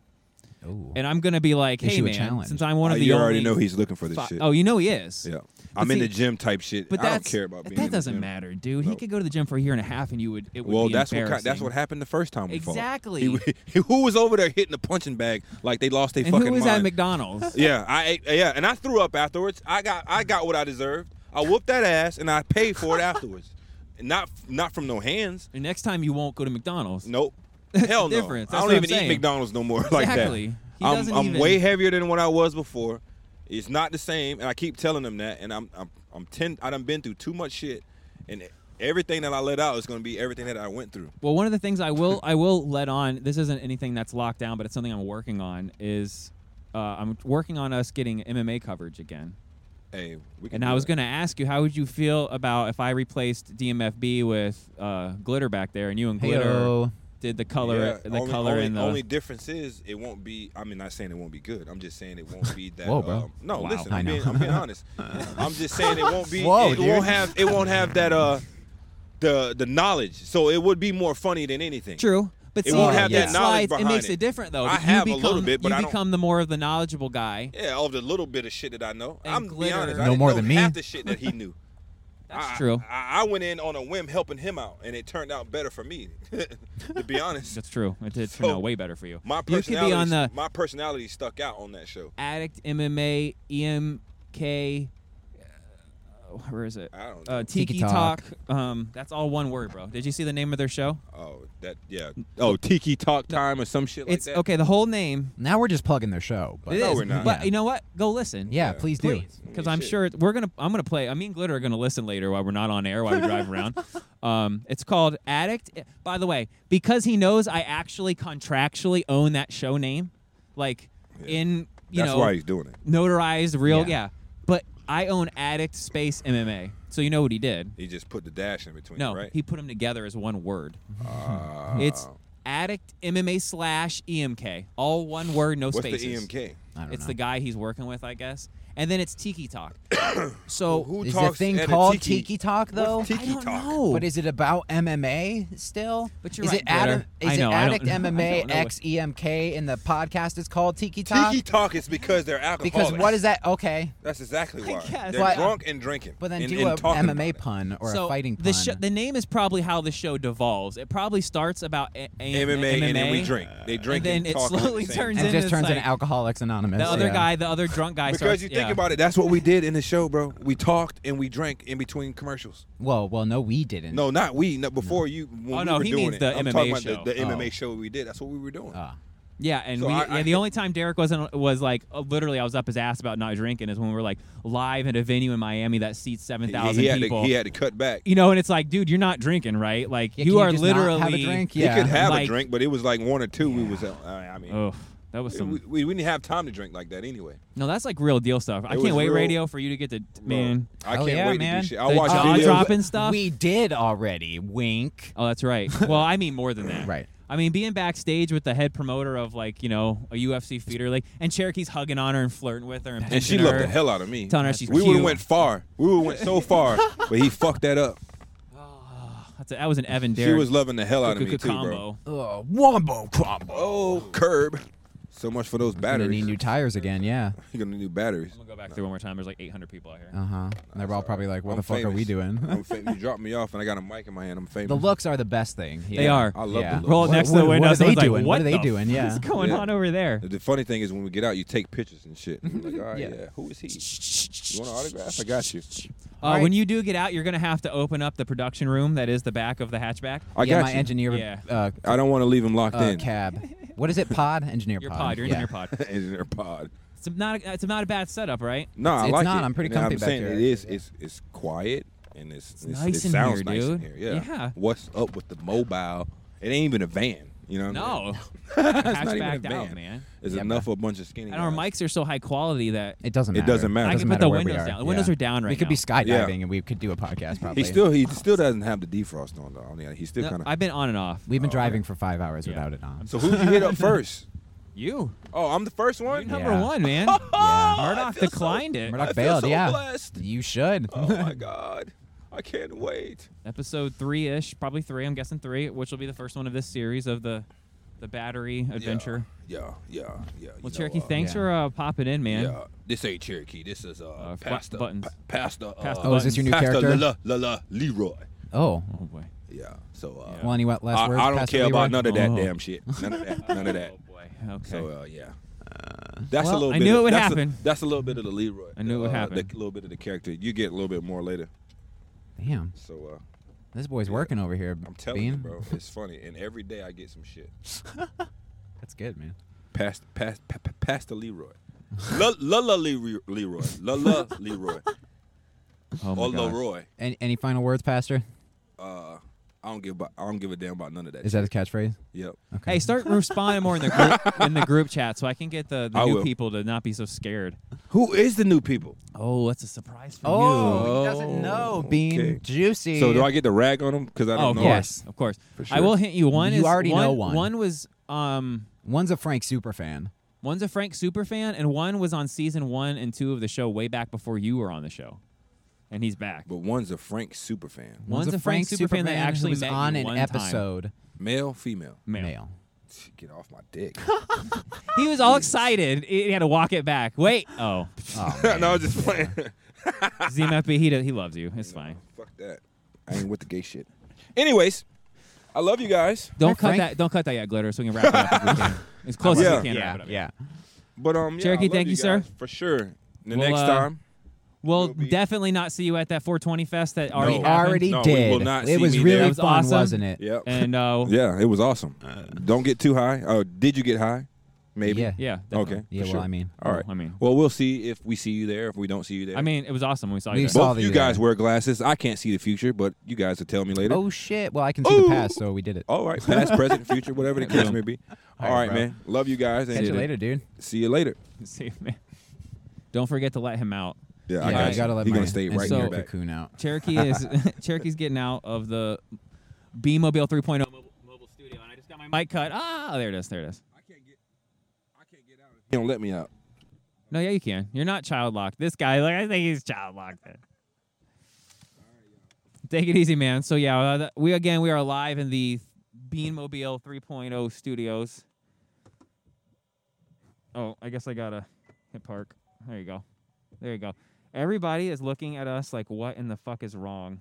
[SPEAKER 7] Ooh.
[SPEAKER 4] and I'm going to be like, "Hey
[SPEAKER 7] Issue a
[SPEAKER 4] man,
[SPEAKER 7] challenge.
[SPEAKER 4] since I'm one
[SPEAKER 6] Uh,
[SPEAKER 4] of the
[SPEAKER 6] you
[SPEAKER 4] only
[SPEAKER 6] already know he's looking for this
[SPEAKER 4] fi-
[SPEAKER 6] shit.
[SPEAKER 4] oh, you know he is.
[SPEAKER 6] yeah, I'm in
[SPEAKER 4] see-
[SPEAKER 6] the gym type shit.
[SPEAKER 4] But
[SPEAKER 6] I don't
[SPEAKER 4] that's-
[SPEAKER 6] care about being.
[SPEAKER 4] that
[SPEAKER 6] in the
[SPEAKER 4] doesn't
[SPEAKER 6] gym.
[SPEAKER 4] matter, dude. He
[SPEAKER 6] No.
[SPEAKER 4] could go to the gym for a year and a half, and you would. It would
[SPEAKER 6] Well,
[SPEAKER 4] be
[SPEAKER 6] that's what ki- that's
[SPEAKER 4] embarrassing.
[SPEAKER 6] what happened the first time we fought.
[SPEAKER 4] Exactly.
[SPEAKER 6] He- he- who was over there hitting the punching bag like they lost their
[SPEAKER 4] And
[SPEAKER 6] fucking
[SPEAKER 4] who was
[SPEAKER 6] mind?
[SPEAKER 4] at McDonald's?
[SPEAKER 6] Yeah, I ate, yeah, and I threw up afterwards. I got I got what I deserved. I whooped that ass and I paid for it afterwards. Not not from no hands.
[SPEAKER 4] and next time you won't go to McDonald's.
[SPEAKER 6] Nope. Hell no.
[SPEAKER 4] difference.
[SPEAKER 6] I
[SPEAKER 4] That's
[SPEAKER 6] don't
[SPEAKER 4] what I'm
[SPEAKER 6] even eat
[SPEAKER 4] saying.
[SPEAKER 6] McDonald's no more like that.
[SPEAKER 4] Exactly. He
[SPEAKER 6] I'm,
[SPEAKER 4] doesn't
[SPEAKER 6] I'm
[SPEAKER 4] even-
[SPEAKER 6] way heavier than what I was before. It's not the same, and I keep telling them that. And I'm I'm I'm ten. I done been through too much shit, and everything that I let out is gonna be everything that I went through.
[SPEAKER 4] Well, one of the things I will I will let on. This isn't anything that's locked down, but it's something I'm working on. Is uh, I'm working on us getting MMA coverage again.
[SPEAKER 6] Hey, we can
[SPEAKER 4] And
[SPEAKER 6] do
[SPEAKER 4] I was
[SPEAKER 6] that.
[SPEAKER 4] going to ask you, how would you feel about if I replaced DMFB with uh, Glitter back there, and you and Glitter
[SPEAKER 7] Heyo.
[SPEAKER 4] did the color,
[SPEAKER 6] Yeah,
[SPEAKER 4] the
[SPEAKER 6] only,
[SPEAKER 4] color,
[SPEAKER 6] only,
[SPEAKER 4] and the
[SPEAKER 6] only difference is it won't be. I mean, not saying it won't be good. I'm just saying it won't be that.
[SPEAKER 7] Whoa, bro.
[SPEAKER 6] um, no,
[SPEAKER 7] Wow.
[SPEAKER 6] listen.
[SPEAKER 7] I
[SPEAKER 6] I'm
[SPEAKER 7] know.
[SPEAKER 6] being, I'm being honest. I'm just saying it won't be.
[SPEAKER 7] Whoa,
[SPEAKER 6] it
[SPEAKER 7] dude.
[SPEAKER 6] won't have. It won't have that. Uh, the the knowledge. So it would be more funny than anything.
[SPEAKER 4] true. But
[SPEAKER 6] It
[SPEAKER 4] see,
[SPEAKER 6] won't have
[SPEAKER 4] it
[SPEAKER 6] that knowledge
[SPEAKER 4] slides- It
[SPEAKER 6] behind
[SPEAKER 4] makes
[SPEAKER 6] it.
[SPEAKER 4] it different though.
[SPEAKER 6] I
[SPEAKER 4] but you
[SPEAKER 6] have a
[SPEAKER 4] become,
[SPEAKER 6] little bit, but
[SPEAKER 4] you
[SPEAKER 6] I don't-
[SPEAKER 4] become the more of the knowledgeable guy.
[SPEAKER 6] Yeah, all the little bit of shit that I know.
[SPEAKER 4] And
[SPEAKER 6] I'm being
[SPEAKER 4] glitter.
[SPEAKER 6] honest. I
[SPEAKER 7] No
[SPEAKER 6] didn't
[SPEAKER 7] more
[SPEAKER 6] know
[SPEAKER 7] than me.
[SPEAKER 6] Half the shit that he knew.
[SPEAKER 4] That's
[SPEAKER 6] I-
[SPEAKER 4] true.
[SPEAKER 6] I, I went in on a whim helping him out, and it turned out better for me. to be honest,
[SPEAKER 4] That's true. It did turn
[SPEAKER 6] So,
[SPEAKER 4] out way better for you.
[SPEAKER 6] my
[SPEAKER 4] you could
[SPEAKER 6] personality.
[SPEAKER 4] be on the
[SPEAKER 6] my personality stuck out on that show.
[SPEAKER 4] Addict MMA EMK. E uh, Where is it?
[SPEAKER 6] I don't know.
[SPEAKER 4] Uh, Tiki,
[SPEAKER 7] Tiki
[SPEAKER 4] Talk.
[SPEAKER 7] Talk.
[SPEAKER 4] Um, that's all one word, bro. Did you see the name of their show?
[SPEAKER 6] Oh, that yeah. Oh, Tiki Talk time or some shit like
[SPEAKER 4] it's
[SPEAKER 6] that.
[SPEAKER 4] okay. The whole name
[SPEAKER 7] Now we're just plugging their show. But
[SPEAKER 4] It
[SPEAKER 6] No,
[SPEAKER 4] is,
[SPEAKER 6] we're not.
[SPEAKER 4] But
[SPEAKER 7] Yeah.
[SPEAKER 4] you know what? Go listen.
[SPEAKER 7] yeah, please do.
[SPEAKER 4] Because
[SPEAKER 6] Yeah,
[SPEAKER 4] I'm
[SPEAKER 6] shit.
[SPEAKER 4] sure it- we're gonna. I'm gonna play. I mean, Glitter are gonna listen later while we're not on air while we drive around. Um, it's called Addict. Eh, By the way, because he knows I actually contractually own that show name, like in you
[SPEAKER 6] That's
[SPEAKER 4] know
[SPEAKER 6] why he's doing it.
[SPEAKER 4] notarized real yeah.
[SPEAKER 7] Yeah.
[SPEAKER 4] But I own Addict Space MMA, so you know what he did.
[SPEAKER 6] He just put the dash in between,
[SPEAKER 4] No,
[SPEAKER 6] right? Ah.
[SPEAKER 4] he put them together as one word. It's Addict MMA slash EMK, all one word, no
[SPEAKER 6] What's
[SPEAKER 4] spaces
[SPEAKER 6] the E EMK?
[SPEAKER 7] I don't
[SPEAKER 4] it's
[SPEAKER 7] know.
[SPEAKER 4] the guy he's working with, I guess. And then it's Tiki Talk. so
[SPEAKER 6] Who
[SPEAKER 7] Is the
[SPEAKER 6] talks
[SPEAKER 7] thing
[SPEAKER 6] at a
[SPEAKER 7] called
[SPEAKER 6] tiki,
[SPEAKER 7] Tiki Talk though?
[SPEAKER 6] What's Tiki
[SPEAKER 4] I don't
[SPEAKER 6] Talk?
[SPEAKER 4] know.
[SPEAKER 7] But is it about MMA still?
[SPEAKER 4] But you're
[SPEAKER 7] is
[SPEAKER 4] right,
[SPEAKER 7] it Adam,
[SPEAKER 4] Glitter. I
[SPEAKER 7] is
[SPEAKER 4] know,
[SPEAKER 7] it
[SPEAKER 4] I don't
[SPEAKER 7] Addict
[SPEAKER 4] know. I
[SPEAKER 7] MMA
[SPEAKER 4] don't know what-
[SPEAKER 7] X E EMK and the podcast is called Tiki Talk?
[SPEAKER 6] Tiki Talk is because they're alcoholics.
[SPEAKER 7] because what is that? Okay,
[SPEAKER 6] That's exactly why.
[SPEAKER 4] guess.
[SPEAKER 6] They're
[SPEAKER 7] But-
[SPEAKER 6] drunk and drinking.
[SPEAKER 7] but then
[SPEAKER 6] and,
[SPEAKER 7] do
[SPEAKER 6] and
[SPEAKER 7] a
[SPEAKER 6] talking about
[SPEAKER 7] MMA
[SPEAKER 6] it.
[SPEAKER 7] pun or
[SPEAKER 4] so
[SPEAKER 7] a fighting pun.
[SPEAKER 4] the sho- the name is probably how the show devolves. It probably starts about a- a-
[SPEAKER 6] MMA, and then we
[SPEAKER 4] MMA,
[SPEAKER 6] drink. They drink
[SPEAKER 4] then it
[SPEAKER 6] talk at the
[SPEAKER 4] slowly
[SPEAKER 6] same
[SPEAKER 4] turns
[SPEAKER 7] and
[SPEAKER 6] time.
[SPEAKER 7] it
[SPEAKER 4] in
[SPEAKER 7] just
[SPEAKER 4] it's
[SPEAKER 7] turns into
[SPEAKER 4] like-
[SPEAKER 7] Alcoholics Anonymous.
[SPEAKER 4] The other
[SPEAKER 7] yeah.
[SPEAKER 4] guy, the other drunk guy.
[SPEAKER 6] Because
[SPEAKER 4] starts,
[SPEAKER 6] you think
[SPEAKER 4] yeah.
[SPEAKER 6] about it, that's what we did in the show, bro. We talked and we drank in between commercials.
[SPEAKER 7] Well, well, no, we didn't.
[SPEAKER 6] No, not we. No, before you. When
[SPEAKER 4] Oh,
[SPEAKER 6] we
[SPEAKER 4] Mm. no,
[SPEAKER 6] were
[SPEAKER 4] he
[SPEAKER 6] doing
[SPEAKER 4] means
[SPEAKER 6] it.
[SPEAKER 4] the
[SPEAKER 6] I'm
[SPEAKER 4] MMA
[SPEAKER 6] talking about
[SPEAKER 4] show.
[SPEAKER 6] the, the
[SPEAKER 7] Oh.
[SPEAKER 6] MMA show we did. That's what we were doing.
[SPEAKER 7] Ah.
[SPEAKER 4] Yeah, and
[SPEAKER 6] So
[SPEAKER 4] we
[SPEAKER 6] I-
[SPEAKER 4] yeah,
[SPEAKER 6] I-
[SPEAKER 4] the only time Derek wasn't was like uh, literally I was up his ass about not drinking is when we were like live at a venue in Miami that seats seven
[SPEAKER 6] He,
[SPEAKER 4] thousand
[SPEAKER 6] he had
[SPEAKER 4] people.
[SPEAKER 6] to, he had to cut back.
[SPEAKER 4] you know, and it's like, dude, you're not drinking, right? Like
[SPEAKER 7] Yeah,
[SPEAKER 4] you
[SPEAKER 7] can
[SPEAKER 4] are
[SPEAKER 7] just not
[SPEAKER 4] literally
[SPEAKER 7] have a drink.
[SPEAKER 6] He could
[SPEAKER 7] Yeah.
[SPEAKER 6] have
[SPEAKER 4] like-
[SPEAKER 6] a drink, but it was like one or two. We was uh, I mean,
[SPEAKER 4] Oh, that was some.
[SPEAKER 6] we, we, we didn't have time to drink like that anyway.
[SPEAKER 4] no, that's like real deal stuff. I
[SPEAKER 6] It
[SPEAKER 4] can't
[SPEAKER 6] was
[SPEAKER 4] wait,
[SPEAKER 6] real-
[SPEAKER 4] radio, for you to get to man.
[SPEAKER 6] I
[SPEAKER 7] Hell
[SPEAKER 6] can't
[SPEAKER 7] yeah,
[SPEAKER 6] wait to
[SPEAKER 4] man.
[SPEAKER 6] do shit. I
[SPEAKER 4] The
[SPEAKER 6] watch
[SPEAKER 4] jaw
[SPEAKER 6] videos.
[SPEAKER 4] dropping stuff.
[SPEAKER 7] We did already. Wink.
[SPEAKER 4] Oh, that's right. Well, I mean more than that.
[SPEAKER 7] Right.
[SPEAKER 4] I mean being backstage with the head promoter of like you know a UFC feeder, like and Cherokee's hugging on her and flirting with her and,
[SPEAKER 6] and she
[SPEAKER 4] pinching
[SPEAKER 6] loved
[SPEAKER 4] her.
[SPEAKER 6] the hell out of me.
[SPEAKER 4] Telling her she's
[SPEAKER 6] we would've
[SPEAKER 4] cute.
[SPEAKER 6] went far. We would have went so far, but he fucked that up.
[SPEAKER 4] That's a, that was an Evan
[SPEAKER 6] She
[SPEAKER 4] Derek
[SPEAKER 6] was loving the hell out of
[SPEAKER 4] c-
[SPEAKER 6] me
[SPEAKER 4] c-
[SPEAKER 6] too, bro.
[SPEAKER 4] combo.
[SPEAKER 7] Oh, wombo combo.
[SPEAKER 6] Oh, curb. So much for those
[SPEAKER 7] Gonna
[SPEAKER 6] batteries.
[SPEAKER 7] need new tires again. Yeah.
[SPEAKER 6] You're gonna need batteries.
[SPEAKER 4] I'm gonna go back through one more time. There's like 800 people out here.
[SPEAKER 7] Uh huh. They're all probably like, "What
[SPEAKER 6] I'm
[SPEAKER 7] the fuck are we doing?"
[SPEAKER 6] famous. I'm famous. You dropped me off, and I got a mic in my hand. I'm famous.
[SPEAKER 7] the looks are the best thing.
[SPEAKER 4] They
[SPEAKER 7] Yeah.
[SPEAKER 4] are.
[SPEAKER 6] I love
[SPEAKER 7] Yeah.
[SPEAKER 6] the
[SPEAKER 4] Roll
[SPEAKER 6] looks.
[SPEAKER 4] it next
[SPEAKER 7] What-
[SPEAKER 4] to the
[SPEAKER 7] what are
[SPEAKER 4] window.
[SPEAKER 7] they
[SPEAKER 4] someone's like,
[SPEAKER 7] doing? What are they
[SPEAKER 4] the
[SPEAKER 7] doing?
[SPEAKER 4] fuck
[SPEAKER 7] Yeah.
[SPEAKER 4] is going
[SPEAKER 6] Yeah.
[SPEAKER 4] on over there?
[SPEAKER 6] The funny thing is, when we get out, you take pictures and shit. I'm like, all right, yeah. Who is he? You want an autograph? I got you.
[SPEAKER 4] Uh, When you do get out, you're gonna have to open up the production room that is the back of the hatchback.
[SPEAKER 6] I
[SPEAKER 7] yeah,
[SPEAKER 6] got
[SPEAKER 7] my
[SPEAKER 6] you.
[SPEAKER 7] engineer
[SPEAKER 4] Yeah.
[SPEAKER 7] uh,
[SPEAKER 6] I don't want to leave him locked
[SPEAKER 7] uh,
[SPEAKER 6] in.
[SPEAKER 7] cab. What is it? Pod engineer
[SPEAKER 4] Your
[SPEAKER 7] pod.
[SPEAKER 4] pod, your
[SPEAKER 7] Uh, yeah.
[SPEAKER 4] engineer pod.
[SPEAKER 6] Engineer pod.
[SPEAKER 4] It's not. A, it's not a bad setup, right?
[SPEAKER 6] No, I
[SPEAKER 7] it's
[SPEAKER 6] like
[SPEAKER 7] not.
[SPEAKER 6] it.
[SPEAKER 7] I'm pretty
[SPEAKER 6] And I'm
[SPEAKER 7] comfy back
[SPEAKER 6] saying
[SPEAKER 7] here,
[SPEAKER 6] It
[SPEAKER 7] actually,
[SPEAKER 6] is. It's it's quiet and it's, it's,
[SPEAKER 4] nice
[SPEAKER 6] it
[SPEAKER 4] in
[SPEAKER 6] sounds
[SPEAKER 4] here,
[SPEAKER 6] nice in
[SPEAKER 4] dude.
[SPEAKER 6] here. Yeah.
[SPEAKER 4] Yeah.
[SPEAKER 6] What's up with the mobile? It ain't even a van. You know? what I mean?
[SPEAKER 4] No,
[SPEAKER 6] it's not even a
[SPEAKER 4] hatchbacked
[SPEAKER 6] van.
[SPEAKER 4] out, man.
[SPEAKER 6] It's
[SPEAKER 7] Yeah,
[SPEAKER 6] enough of a bunch of skinny.
[SPEAKER 4] And our
[SPEAKER 6] guys.
[SPEAKER 4] mics are so high quality that
[SPEAKER 7] It doesn't
[SPEAKER 6] It
[SPEAKER 7] matter.
[SPEAKER 6] doesn't matter. I
[SPEAKER 4] can
[SPEAKER 7] Doesn't
[SPEAKER 4] put the
[SPEAKER 7] where we
[SPEAKER 4] windows
[SPEAKER 7] are.
[SPEAKER 4] down. The windows are down
[SPEAKER 7] We
[SPEAKER 4] right
[SPEAKER 7] could be
[SPEAKER 4] now.
[SPEAKER 7] skydiving
[SPEAKER 6] Yeah.
[SPEAKER 7] and we could do a podcast probably.
[SPEAKER 6] He still he still doesn't have the defrost on though. On the, he still
[SPEAKER 4] No,
[SPEAKER 6] kind of.
[SPEAKER 4] I've been on and off.
[SPEAKER 7] We've
[SPEAKER 6] Oh,
[SPEAKER 7] been driving for five hours
[SPEAKER 4] Yeah.
[SPEAKER 7] without it on.
[SPEAKER 6] So who you hit up first?
[SPEAKER 4] You,
[SPEAKER 6] Oh, I'm the first one.
[SPEAKER 4] number
[SPEAKER 7] Yeah.
[SPEAKER 4] one, man.
[SPEAKER 7] yeah.
[SPEAKER 4] Murdoch declined it.
[SPEAKER 7] Murdoch
[SPEAKER 6] feel
[SPEAKER 7] bailed.
[SPEAKER 6] so
[SPEAKER 7] yeah.
[SPEAKER 6] blessed.
[SPEAKER 7] You should.
[SPEAKER 6] Oh my god, I can't wait.
[SPEAKER 4] Episode three ish, probably three. I'm guessing three, which will be the first one of this series of the, the battery adventure.
[SPEAKER 6] Yeah, yeah, yeah. you know,
[SPEAKER 4] Well, Cherokee,
[SPEAKER 6] uh,
[SPEAKER 4] thanks
[SPEAKER 7] yeah.
[SPEAKER 4] for uh, popping in, man.
[SPEAKER 6] Yeah, this ain't Cherokee. This is uh,
[SPEAKER 4] Uh, flat
[SPEAKER 6] Pastor
[SPEAKER 4] buttons.
[SPEAKER 6] Pa- Pastor.
[SPEAKER 4] Pastor
[SPEAKER 6] uh,
[SPEAKER 7] oh, is this your new
[SPEAKER 6] Pastor
[SPEAKER 7] character?
[SPEAKER 6] La, la, la, Leroy.
[SPEAKER 7] Oh.
[SPEAKER 4] Oh boy.
[SPEAKER 6] Yeah. So uh,
[SPEAKER 7] Well, any what last
[SPEAKER 6] I,
[SPEAKER 7] words?
[SPEAKER 6] I don't
[SPEAKER 7] Pastor
[SPEAKER 6] care about
[SPEAKER 7] Leroy?
[SPEAKER 6] none of that
[SPEAKER 4] Oh.
[SPEAKER 6] damn shit. None of that. None of that.
[SPEAKER 4] Oh boy. Okay.
[SPEAKER 6] So uh, yeah. That's
[SPEAKER 4] Well,
[SPEAKER 6] a little
[SPEAKER 4] I
[SPEAKER 6] bit
[SPEAKER 4] knew
[SPEAKER 6] of,
[SPEAKER 4] it would
[SPEAKER 6] that's a-
[SPEAKER 4] happen.
[SPEAKER 6] that's a little bit of the Leroy.
[SPEAKER 4] I knew it would
[SPEAKER 6] uh,
[SPEAKER 4] happen.
[SPEAKER 6] A little bit of the character. You get a little bit more later.
[SPEAKER 7] Damn.
[SPEAKER 6] So uh,
[SPEAKER 7] This boy's working over here.
[SPEAKER 6] I'm telling you,
[SPEAKER 7] Bean.
[SPEAKER 6] bro, it's funny. And every day I get some shit.
[SPEAKER 7] That's good, man.
[SPEAKER 6] Past, past, pa- pa- Pastor Leroy. La la la Leroy. Leroy. La la Leroy.
[SPEAKER 4] oh my
[SPEAKER 6] Or
[SPEAKER 4] gosh.
[SPEAKER 6] Leroy.
[SPEAKER 7] Any, any final words, Pastor?
[SPEAKER 6] Uh, I don't give. A, I don't give a damn about none of that.
[SPEAKER 7] Is
[SPEAKER 6] shit.
[SPEAKER 7] that his catchphrase?
[SPEAKER 6] Yep.
[SPEAKER 4] Hey, start responding more in the group, in the group chat so I can get the, the
[SPEAKER 6] I
[SPEAKER 4] new
[SPEAKER 6] will.
[SPEAKER 4] people to not be so scared.
[SPEAKER 6] Who is the new people?
[SPEAKER 4] Oh, that's a surprise for you.
[SPEAKER 7] he doesn't know. Bean.
[SPEAKER 6] Oh, okay.
[SPEAKER 7] Juicy.
[SPEAKER 6] So do I get the rag on them? Because I don't
[SPEAKER 4] Oh, of
[SPEAKER 6] know.
[SPEAKER 4] course, of course. I will hint you. One
[SPEAKER 7] You
[SPEAKER 4] is
[SPEAKER 7] already
[SPEAKER 4] one,
[SPEAKER 7] know one.
[SPEAKER 4] One was um,
[SPEAKER 7] One's a Frank superfan.
[SPEAKER 4] one's a Frank superfan, and one was on season one and two of the show way back before you were on the show, and he's back.
[SPEAKER 6] But one's a Frank super fan.
[SPEAKER 4] One's a Frank superfan that
[SPEAKER 7] who
[SPEAKER 4] actually
[SPEAKER 7] was
[SPEAKER 4] met you
[SPEAKER 7] on an
[SPEAKER 4] one time.
[SPEAKER 7] episode.
[SPEAKER 6] Male, female.
[SPEAKER 4] Male.
[SPEAKER 7] Male.
[SPEAKER 6] Get off my dick.
[SPEAKER 4] He was all excited. He had to walk it back. Wait. Oh,
[SPEAKER 6] no, I was just playing.
[SPEAKER 4] ZMFB, he, does- he loves you. It's fine.
[SPEAKER 6] Fuck that. I ain't with the gay shit. Anyways, I love you guys.
[SPEAKER 4] Don't cut
[SPEAKER 7] Frank-
[SPEAKER 4] that. Don't cut that yet, glitter. So we can wrap it up if we can. as close as
[SPEAKER 6] Yeah.
[SPEAKER 4] we can. wrap it up.
[SPEAKER 7] Yeah.
[SPEAKER 6] But um, yeah,
[SPEAKER 4] Cherokee,
[SPEAKER 6] I love
[SPEAKER 4] thank you, sir.
[SPEAKER 6] guys, for sure. The
[SPEAKER 4] Well,
[SPEAKER 6] next
[SPEAKER 4] uh,
[SPEAKER 6] time.
[SPEAKER 4] We'll
[SPEAKER 6] We'll be-
[SPEAKER 4] definitely not see you at that 420 fest that already
[SPEAKER 7] We
[SPEAKER 4] happened.
[SPEAKER 7] already
[SPEAKER 6] No, we
[SPEAKER 7] did.
[SPEAKER 6] will not
[SPEAKER 7] it
[SPEAKER 6] see
[SPEAKER 7] was
[SPEAKER 6] me
[SPEAKER 7] really
[SPEAKER 6] there. It
[SPEAKER 4] was
[SPEAKER 7] fun,
[SPEAKER 4] awesome.
[SPEAKER 7] wasn't it?
[SPEAKER 6] Yep.
[SPEAKER 4] And uh,
[SPEAKER 6] yeah, it was awesome. Don't get too high. Oh, did you get high? Maybe.
[SPEAKER 7] Yeah.
[SPEAKER 4] yeah. definitely.
[SPEAKER 6] Okay.
[SPEAKER 7] Yeah,
[SPEAKER 6] for
[SPEAKER 7] well,
[SPEAKER 6] sure.
[SPEAKER 7] I mean,
[SPEAKER 6] All right.
[SPEAKER 4] I mean-
[SPEAKER 6] Well, we'll see if we see you there. If we don't see you there.
[SPEAKER 4] I mean, it was awesome when we saw
[SPEAKER 7] We
[SPEAKER 4] you.
[SPEAKER 7] saw-
[SPEAKER 4] There.
[SPEAKER 6] both
[SPEAKER 7] the
[SPEAKER 6] you
[SPEAKER 7] year.
[SPEAKER 6] guys wear glasses. I can't see the future, but you guys will tell me later.
[SPEAKER 7] Oh shit! Well, I can see the past, so we did it.
[SPEAKER 6] All right, past, present, future, whatever the case may be. All right,
[SPEAKER 7] bro.
[SPEAKER 6] man. Love you guys. and
[SPEAKER 7] Catch you later, dude.
[SPEAKER 6] See you later.
[SPEAKER 4] See, man. Don't forget to let him out.
[SPEAKER 6] Yeah,
[SPEAKER 7] Yeah,
[SPEAKER 6] got
[SPEAKER 7] I gotta let
[SPEAKER 6] He's
[SPEAKER 7] my
[SPEAKER 6] gonna stay right
[SPEAKER 7] engineer
[SPEAKER 6] in
[SPEAKER 4] so-
[SPEAKER 6] your back.
[SPEAKER 7] cocoon out.
[SPEAKER 4] Cherokee is Cherokee's getting out of the B Mobile 3.0 mobile, mobile studio, and I just got my mic cut. Ah, there it is. There it is.
[SPEAKER 6] He don't let me out.
[SPEAKER 4] No, yeah, you can. You're not child locked. This guy, like, I think he's child locked. Take it easy, man. So yeah, uh, th- we again we are live in the Bean Mobile 3.0 studios. Oh, I guess I gotta hit park. There you go. There you go. Everybody is looking at us like, what in the fuck is wrong?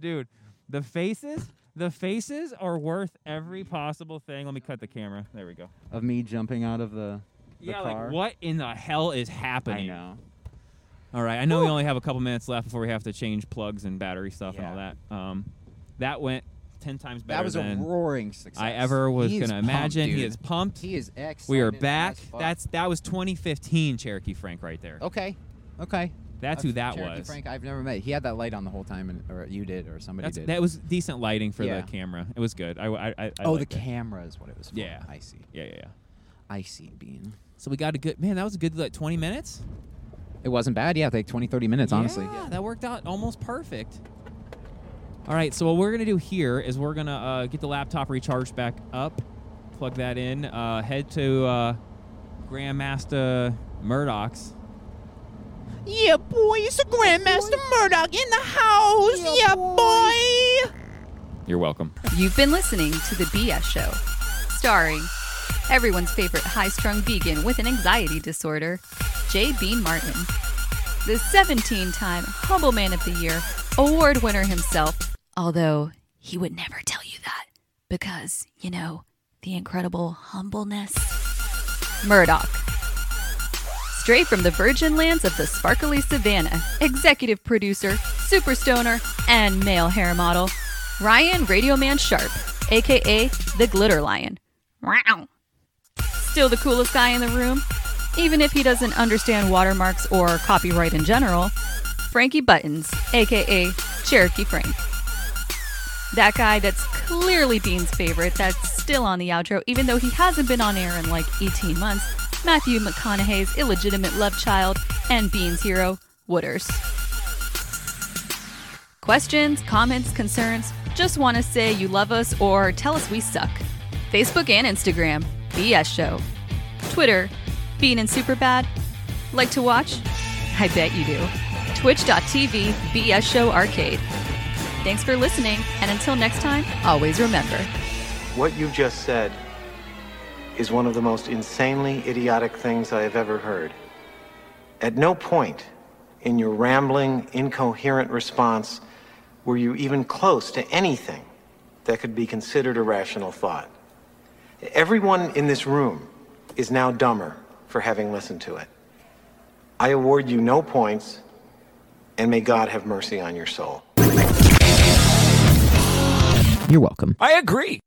[SPEAKER 4] Dude, the faces, the faces are worth every possible thing. Let me cut the camera. There we go.
[SPEAKER 5] Of me jumping out of the.
[SPEAKER 4] yeah, like what in the hell is
[SPEAKER 5] I
[SPEAKER 4] happening?
[SPEAKER 5] know.
[SPEAKER 4] All right, I know we only have a couple minutes left before we have to change plugs and battery stuff and all that. Um, that went ten times better
[SPEAKER 8] That was a
[SPEAKER 4] than
[SPEAKER 8] roaring success.
[SPEAKER 4] I ever was
[SPEAKER 7] He is
[SPEAKER 4] gonna
[SPEAKER 7] pumped,
[SPEAKER 4] imagine. he
[SPEAKER 7] dude.
[SPEAKER 4] is pumped.
[SPEAKER 8] He is excellent.
[SPEAKER 4] we are back. That's that was 2015 Cherokee Frank right there.
[SPEAKER 7] Okay. Okay.
[SPEAKER 4] That's who that
[SPEAKER 7] Cherokee
[SPEAKER 4] was.
[SPEAKER 7] Frank, I've never met. He had that light on the whole time, and, or you did, or somebody
[SPEAKER 4] That's-
[SPEAKER 7] did.
[SPEAKER 4] that was decent lighting for
[SPEAKER 7] Yeah.
[SPEAKER 4] the camera. It was good. I I, I, I
[SPEAKER 7] oh, the
[SPEAKER 4] liked it.
[SPEAKER 7] camera is what it was for.
[SPEAKER 4] Yeah.
[SPEAKER 7] I see.
[SPEAKER 4] Yeah, yeah, yeah.
[SPEAKER 7] I see, Bean.
[SPEAKER 4] So we got a good man. That was a good like 20 minutes.
[SPEAKER 7] It wasn't bad. Yeah, like 20, 30 minutes, honestly.
[SPEAKER 4] Yeah, that worked out almost perfect. All right, so what we're gonna do here is we're gonna uh, get the laptop recharged back up, plug that in, uh, head to uh, Grandmaster Murdoch's.
[SPEAKER 7] Yeah, boy, it's the Grandmaster Murdoch in the house. Yeah, boy.
[SPEAKER 4] You're welcome.
[SPEAKER 2] You've been listening to The BS Show, starring everyone's favorite high strung vegan with an anxiety disorder, J. Bean Martin, the 17 time Humble Man of the Year award winner himself, although he would never tell you that because, you know, the incredible humbleness. Murdoch. Straight from the virgin lands of the sparkly savannah, executive producer, super stoner, and male hair model, Ryan Radio Man Sharp, aka the Glitter Lion. Wow. Still the coolest guy in the room, even if he doesn't understand watermarks or copyright in general, Frankie Buttons, aka Cherokee Frank. That guy that's clearly Dean's favorite, that's still on the outro, even though he hasn't been on air in like 18 months, Matthew McConaughey's illegitimate love child, and Bean's hero, Wooders. Questions, comments, concerns, just want to say you love us or tell us we suck. Facebook and Instagram, BS Show. Twitter, Bean and Superbad. Like to watch? I bet you do. Twitch.tv, BS Show Arcade. Thanks for listening, and until next time, always remember.
[SPEAKER 9] What you've just said is one of the most insanely idiotic things I have ever heard. At no point in your rambling, incoherent response were you even close to anything that could be considered a rational thought. Everyone in this room is now dumber for having listened to it. I award you no points, and may God have mercy on your soul.
[SPEAKER 7] You're welcome.
[SPEAKER 10] I agree.